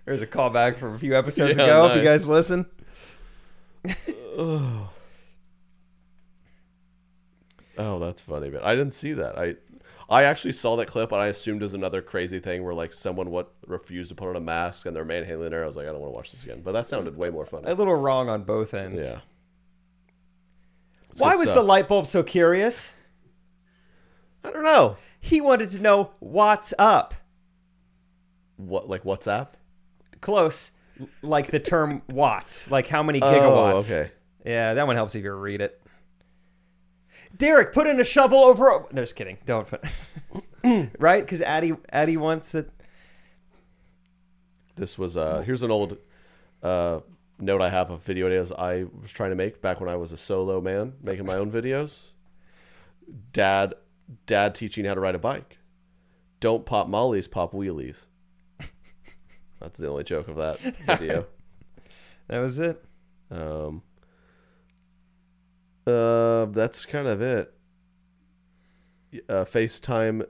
Speaker 3: There's a callback from a few episodes
Speaker 2: Yeah,
Speaker 3: ago. If you
Speaker 2: nice.
Speaker 3: guys listen,
Speaker 2: Oh, that's funny, man. I didn't see that. I. I actually saw that clip and I assumed it was another crazy thing where like someone what refused to put on a mask and they're manhandling her. I was like, I don't want to watch this again. But that sounded way more fun.
Speaker 3: a little wrong on both ends.
Speaker 2: Yeah. It's
Speaker 3: Why
Speaker 2: good
Speaker 3: was the
Speaker 2: stuff.
Speaker 3: light bulb so curious?
Speaker 2: I don't know.
Speaker 3: He wanted to know what's up.
Speaker 2: What like WhatsApp?
Speaker 3: Close, L- like the term watts, like how many gigawatts.
Speaker 2: Oh, okay.
Speaker 3: Yeah, that one helps if you read it. Derek, put in a shovel over. A... No, just kidding. Don't. put- right? Because Addie, Addie wants it.
Speaker 2: This was uh here's an old uh note I have of video ideas I was trying to make back when I was a solo man making my own videos. Dad dad teaching how to ride a bike. Don't pop mollies, pop wheelies. That's the only joke of that video.
Speaker 3: That was it.
Speaker 2: Um, uh, that's kind of it. uh, FaceTime,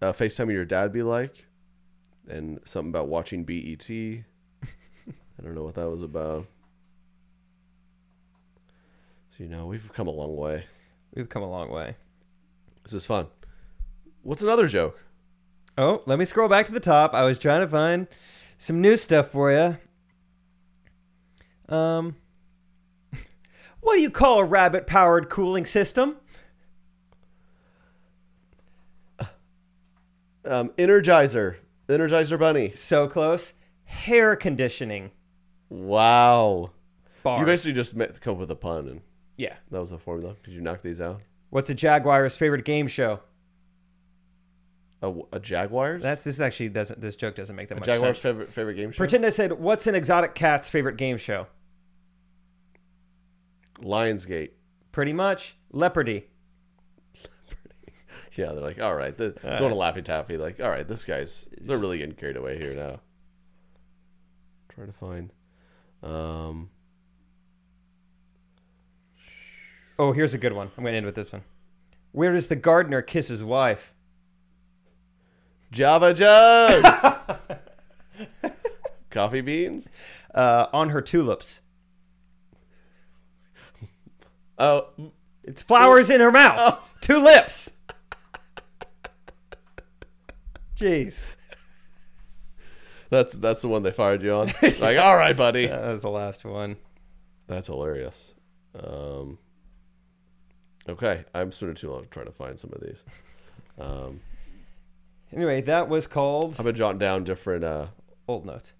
Speaker 2: uh, FaceTime your dad be like, and something about watching BET. I don't know what that was about. So you know we've come a long way.
Speaker 3: We've come a long way.
Speaker 2: This is fun. What's another joke?
Speaker 3: Oh, let me scroll back to the top. I was trying to find some new stuff for you. Um, what do you call a rabbit-powered cooling system?
Speaker 2: Um, Energizer, Energizer Bunny.
Speaker 3: So close. Hair conditioning
Speaker 2: Wow.
Speaker 3: bar.
Speaker 2: You basically just met, come up with a pun, and
Speaker 3: yeah.
Speaker 2: that was the formula. Could you knock these out?
Speaker 3: What's a jaguar's favorite game show?
Speaker 2: A, a Jaguars.
Speaker 3: That's this actually doesn't this joke doesn't make that much
Speaker 2: Jaguars'
Speaker 3: sense.
Speaker 2: favorite favorite game show.
Speaker 3: Pretend I said what's an exotic cat's favorite game show?
Speaker 2: Lionsgate.
Speaker 3: Pretty much Leopardy.
Speaker 2: Yeah, they're like, all right, the, it's one of Laffy Taffy. Like, all right, this guy's they're really getting carried away here now. Trying to find, um,
Speaker 3: Oh, here's a good one. I'm going to end with this one. Where does the gardener kiss his wife?
Speaker 2: Java jugs, coffee beans.
Speaker 3: Uh, on her tulips.
Speaker 2: Oh,
Speaker 3: It's flowers in her mouth. Two lips. Jeez.
Speaker 2: that's that's the one they fired you on. like, all right, buddy,
Speaker 3: That was the last one.
Speaker 2: that's hilarious. Um, okay, I'm spending too long trying to find some of these. Um,
Speaker 3: Anyway, that was called
Speaker 2: I've been jotting down different, uh,
Speaker 3: Old Notes.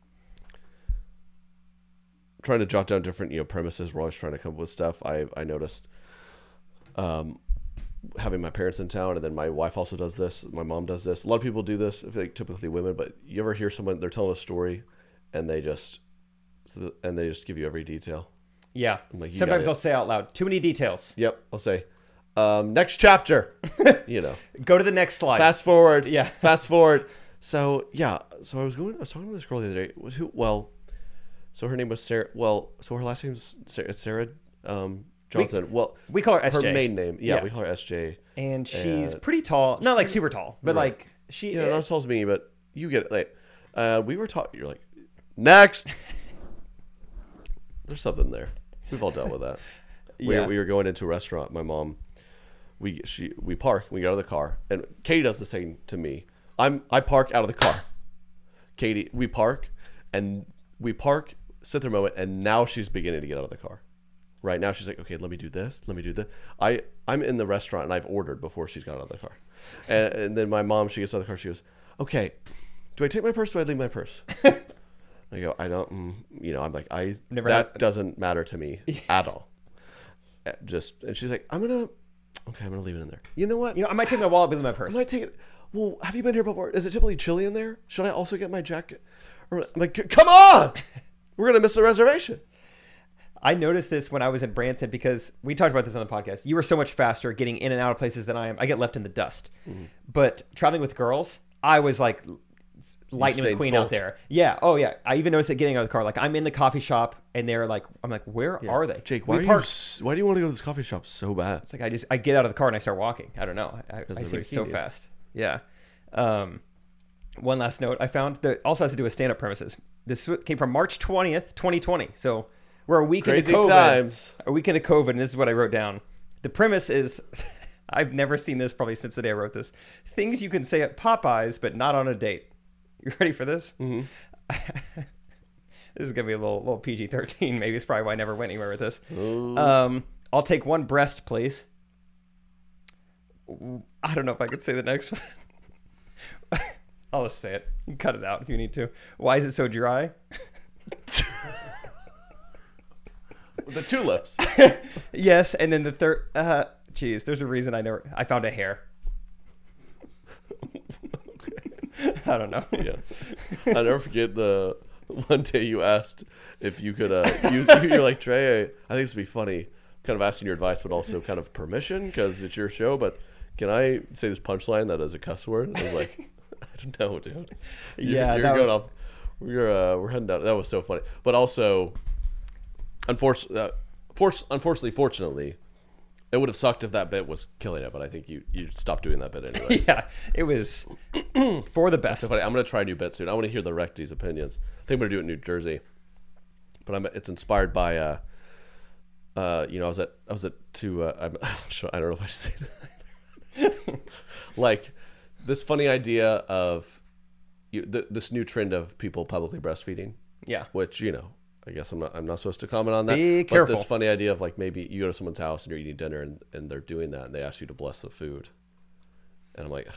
Speaker 2: trying to jot down different you know premises. We're always trying to come up with stuff. I I noticed, um, having my parents in town, and then my wife also does this. My mom does this. A lot of people do this. I feel like typically women, but you ever hear someone they're telling a story, and they just and they just give you every detail.
Speaker 3: Yeah.
Speaker 2: like, you
Speaker 3: Sometimes
Speaker 2: got it.
Speaker 3: I'll say out loud, too many details.
Speaker 2: Yep, I'll say, um, next chapter. you know,
Speaker 3: Go to the next slide.
Speaker 2: fast forward.
Speaker 3: Yeah.
Speaker 2: fast forward. So yeah, so I was going. I was talking to this girl the other day. Who? Well, so her name was Sarah. Well, so her last name's Sarah, Sarah um, Johnson. well,
Speaker 3: We call her
Speaker 2: her
Speaker 3: SJ.
Speaker 2: main Uh, name. Yeah,
Speaker 3: Yeah.
Speaker 2: we call her SJ.
Speaker 3: and she's pretty tall. Not like super tall, but like she
Speaker 2: You know, not tells me, but you get it. Like, uh, we were taught. You're like, next. There's something there. We've all dealt with that. We,
Speaker 3: Yeah.
Speaker 2: we were going into a restaurant. My mom, we she we park. We get out of the car, and Katie does the same to me. I'm I park out of the car. Katie, we park, and we park. Sit there a moment, and now she's beginning to get out of the car. Right now, she's like, "Okay, let me do this. Let me do this." I I'm in the restaurant and I've ordered before she's got out of the car, and, and then my mom she gets out of the car. She goes, "Okay, do I take my purse? Or do I leave my purse?" I go, "I don't, mm, you know." I'm like, "I
Speaker 3: Never
Speaker 2: that
Speaker 3: had- uh,
Speaker 2: doesn't matter to me at all." Uh, Just and she's like, "I'm gonna, okay, I'm gonna leave it in there." You know what?
Speaker 3: you know, I might take my wallet, but leave my purse.
Speaker 2: I take it. Well, have you been here before? Is it typically chilly in there? Should I also get my jacket? Or I'm like, "C- come on, we're gonna miss the reservation.
Speaker 3: I noticed this when I was in Branson because we talked about this on the podcast. You were so much faster getting in and out of places than I am. I get left in the dust.
Speaker 2: Mm-hmm.
Speaker 3: But traveling with girls, I was like l- lightning
Speaker 2: Usain
Speaker 3: McQueen out
Speaker 2: Bolt.
Speaker 3: there. Yeah. Oh yeah. I even noticed it getting out of the car. Like I'm in the coffee shop and they're like, I'm like, where are they?
Speaker 2: Jake,
Speaker 3: We
Speaker 2: why are you,
Speaker 3: parked-
Speaker 2: s- why do you want to go to this coffee shop so bad?
Speaker 3: It's like I just I get out of the car and I start walking. I don't know. I, I
Speaker 2: they're
Speaker 3: seem so
Speaker 2: bikinis.
Speaker 3: fast. Yeah. Um, one last note I found that also has to do with stand-up premises. This w- came from March twentieth, twenty twenty. So we're a week
Speaker 2: Crazy
Speaker 3: into COVID.
Speaker 2: times.
Speaker 3: A week into COVID, and this is what I wrote down. The premise is, I've never seen this probably since the day I wrote this. Things you can say at Popeyes, but not on a date. You ready for this? Mm-hmm. this is gonna be a little little PG thirteen. Maybe it's probably why I never went anywhere with this. Um, I'll take one breast, please. I don't know if I could say the next one. I'll just say it. You can cut it out if you need to. Why is it so dry?
Speaker 2: The tulips.
Speaker 3: Yes, and then the third. Uh, geez, there's a reason I never. I found a hair. I don't know.
Speaker 2: Yeah. I'll never forget the one day you asked if you could, uh, you, you're like, Trey, I think this would be funny. Kind of asking your advice, but also kind of permission because it's your show. But can I say this punchline that is a cuss word? I was like, I don't know, dude. You-
Speaker 3: Yeah, that was-
Speaker 2: We're uh, we're heading down. That was so funny, but also, unfortunately, uh, force, unfortunately, fortunately, It would have sucked if that bit was killing it, but I think you you stopped doing that bit anyway.
Speaker 3: Yeah, it was for the best.
Speaker 2: So funny. I'm gonna try a new bit soon. I want to hear the Recty's opinions. I think I'm gonna do it in New Jersey, but I'm it's inspired by uh, uh, you know, I was at I was at two. Uh, I'm, I don't know if I should say that. either. like this funny idea of you, th- this new trend of people publicly breastfeeding,
Speaker 3: Yeah.
Speaker 2: which you know. I guess I'm not, I'm not supposed to comment on that.
Speaker 3: Be
Speaker 2: But
Speaker 3: careful.
Speaker 2: this funny idea of like maybe you go to someone's house and you're eating dinner and, and they're doing that and they ask you to bless the food. And I'm like, "Ugh,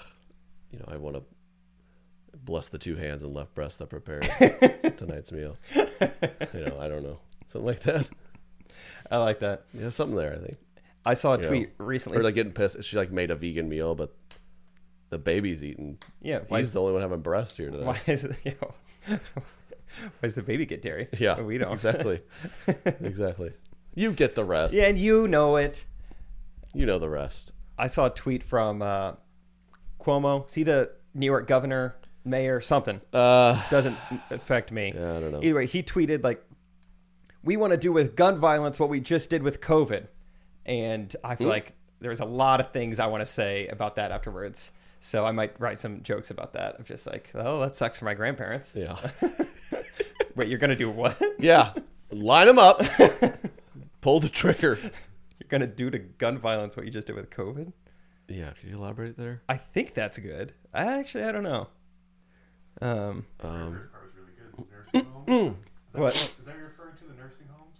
Speaker 2: you know, I want to bless the two hands and left breast that prepared tonight's meal. You know, I don't know. Something like that.
Speaker 3: I like that.
Speaker 2: Yeah, something there, I think.
Speaker 3: I saw a
Speaker 2: know,
Speaker 3: tweet recently.
Speaker 2: Or like getting pissed. She like made a vegan meal, but the baby's eating.
Speaker 3: yeah, why
Speaker 2: He's
Speaker 3: is,
Speaker 2: the only one having breast here today.
Speaker 3: why is it, yeah, why does the baby get dairy?
Speaker 2: Yeah.
Speaker 3: we don't.
Speaker 2: Exactly. exactly. You get the rest.
Speaker 3: Yeah, and you know it.
Speaker 2: You know the rest.
Speaker 3: I saw a tweet from uh, Cuomo. See the New York governor, mayor, something.
Speaker 2: Uh,
Speaker 3: Doesn't affect me.
Speaker 2: Yeah, I don't know.
Speaker 3: Either way, he tweeted like, "We want to do with gun violence what we just did with COVID," and I
Speaker 2: Hmm?
Speaker 3: feel like there's a lot of things I want to say about that afterwards. So I might write some jokes about that. I'm just like, oh, that sucks for my grandparents.
Speaker 2: Yeah.
Speaker 3: Wait, you're gonna do what?
Speaker 2: Yeah. Line them up. Pull the trigger.
Speaker 3: you're gonna do to gun violence what you just did with COVID?
Speaker 2: Yeah. Can you elaborate there?
Speaker 3: I think that's good. I actually, I don't know. Um,
Speaker 2: Um,
Speaker 7: That was really good. Nursing homes? Is that,
Speaker 3: What?
Speaker 7: Is that what you're referring to the nursing homes?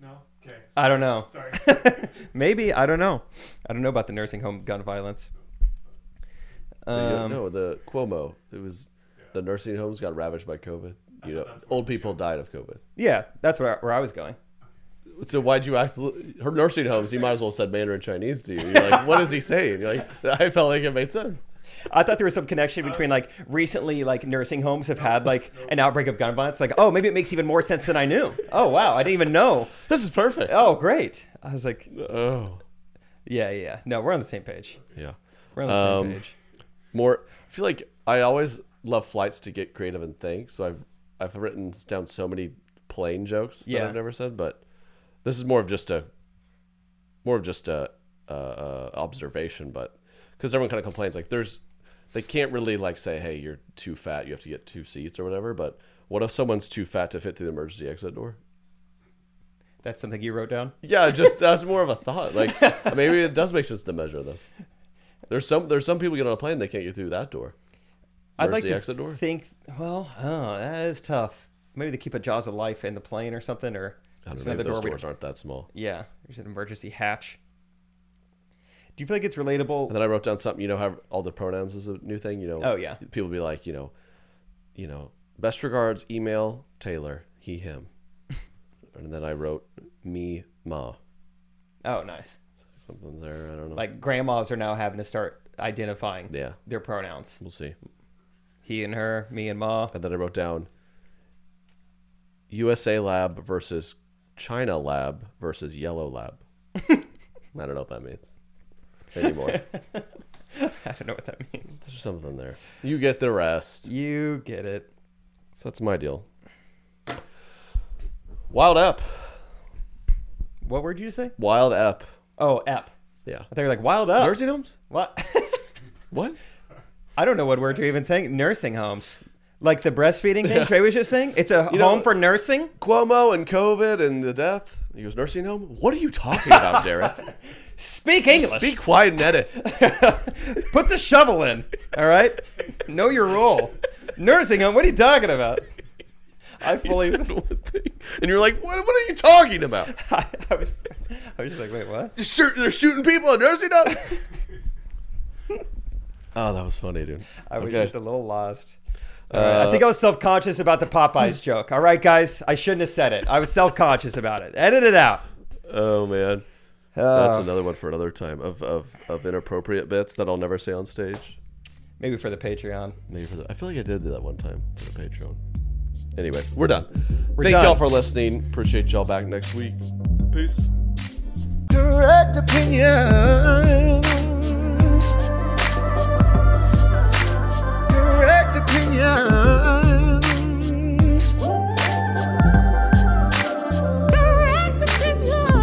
Speaker 7: No? Okay.
Speaker 3: I don't know.
Speaker 7: Sorry.
Speaker 3: Maybe I don't know. I don't know about the nursing home gun violence. Um,
Speaker 2: uh, no, the Cuomo. It was the nursing homes got ravaged by COVID. You know,
Speaker 7: that's
Speaker 2: old people died of COVID.
Speaker 3: Yeah, that's where where I was going.
Speaker 2: So why'd you ask her nursing homes? You might as well have said Mandarin Chinese to you. You're like, what is he saying? You're like, I felt like it made sense.
Speaker 3: I thought there was some connection between like recently like nursing homes have had like an outbreak of gun violence. Like, oh, maybe it makes even more sense than I knew. Oh wow, I didn't even know.
Speaker 2: This is perfect.
Speaker 3: Oh great. I was like,
Speaker 2: Oh,
Speaker 3: yeah, yeah. No, we're on the same page.
Speaker 2: yeah.
Speaker 3: We're on the
Speaker 2: Um,
Speaker 3: same page.
Speaker 2: More. I feel like I always love flights to get creative and think. So I've I've written down so many plane jokes that
Speaker 3: Yeah.
Speaker 2: I've never said, but this is more of just a more of just a, a, a observation. But because everyone kind of complains, like there's they can't really like say, hey, you're too fat, you have to get two seats or whatever. But what if someone's too fat to fit through the emergency exit door?
Speaker 3: That's something you wrote down.
Speaker 2: Yeah, just that's more of a thought. Like maybe it does make sense to measure them. There's some there's some people get on a plane they can't get through that door.
Speaker 3: I'd like
Speaker 2: Emergency
Speaker 3: to
Speaker 2: exit door?
Speaker 3: think. Well, oh, that is tough. Maybe they keep a jaws of life in the plane or something,
Speaker 2: I
Speaker 3: or
Speaker 2: don't
Speaker 3: there's
Speaker 2: know. Maybe
Speaker 3: another
Speaker 2: those
Speaker 3: door we-
Speaker 2: doors aren't that small.
Speaker 3: Yeah, there's an emergency hatch. Do you feel like it's relatable?
Speaker 2: And then I wrote down something. You know how all the pronouns is a new thing. You know.
Speaker 3: Oh, yeah.
Speaker 2: People be like, you know, you know, best regards. Email Taylor. He him. and then I wrote me ma
Speaker 3: Oh, nice.
Speaker 2: something there. I don't know.
Speaker 3: Like grandmas are now having to start identifying
Speaker 2: yeah,
Speaker 3: their pronouns.
Speaker 2: we'll see.
Speaker 3: He and her, me and ma.
Speaker 2: And then I wrote down USA Lab versus China Lab versus Yellow Lab. I don't know what that means anymore.
Speaker 3: I don't know what that means.
Speaker 2: There's something there. You get the rest.
Speaker 3: You get it.
Speaker 2: So that's my deal. Wild up.
Speaker 3: What word did you say?
Speaker 2: Wild up.
Speaker 3: Oh, ep.
Speaker 2: Yeah.
Speaker 3: I thought you were like wild up.
Speaker 2: Nursing homes?
Speaker 3: what?
Speaker 2: What?
Speaker 3: I don't know what word you're even saying. Nursing homes. Like the breastfeeding thing Trey was just saying? It's a
Speaker 2: You know-
Speaker 3: home for nursing?
Speaker 2: Cuomo and COVID and the death. He goes, nursing home? What are you talking about, Derek?
Speaker 3: Speak English.
Speaker 2: Be quiet and edit.
Speaker 3: Put the shovel in. All right? Know your role. Nursing home, what are you talking about? I
Speaker 2: He
Speaker 3: fully
Speaker 2: said one thing. And you're like, what, what are you talking about?
Speaker 3: I, I was I was just like, wait, what?
Speaker 2: Shoot, they're shooting people at nursing homes? oh, that was funny, dude.
Speaker 3: I was
Speaker 2: Okay.
Speaker 3: just a little lost. All right, I think I was self conscious about the Popeyes joke. All right, guys, I shouldn't have said it. I was self conscious about it. Edit it out.
Speaker 2: Oh, man.
Speaker 3: Uh,
Speaker 2: That's another one for another time of, of, of inappropriate bits that I'll never say on stage.
Speaker 3: Maybe for the Patreon.
Speaker 2: Maybe for the, I feel like I did do that one time for the Patreon. Anyway, we're done. Thank
Speaker 3: done.
Speaker 2: y'all for listening. Appreciate y'all back next week. Peace.
Speaker 8: correct opinions. Correct opinions. Correct opinions.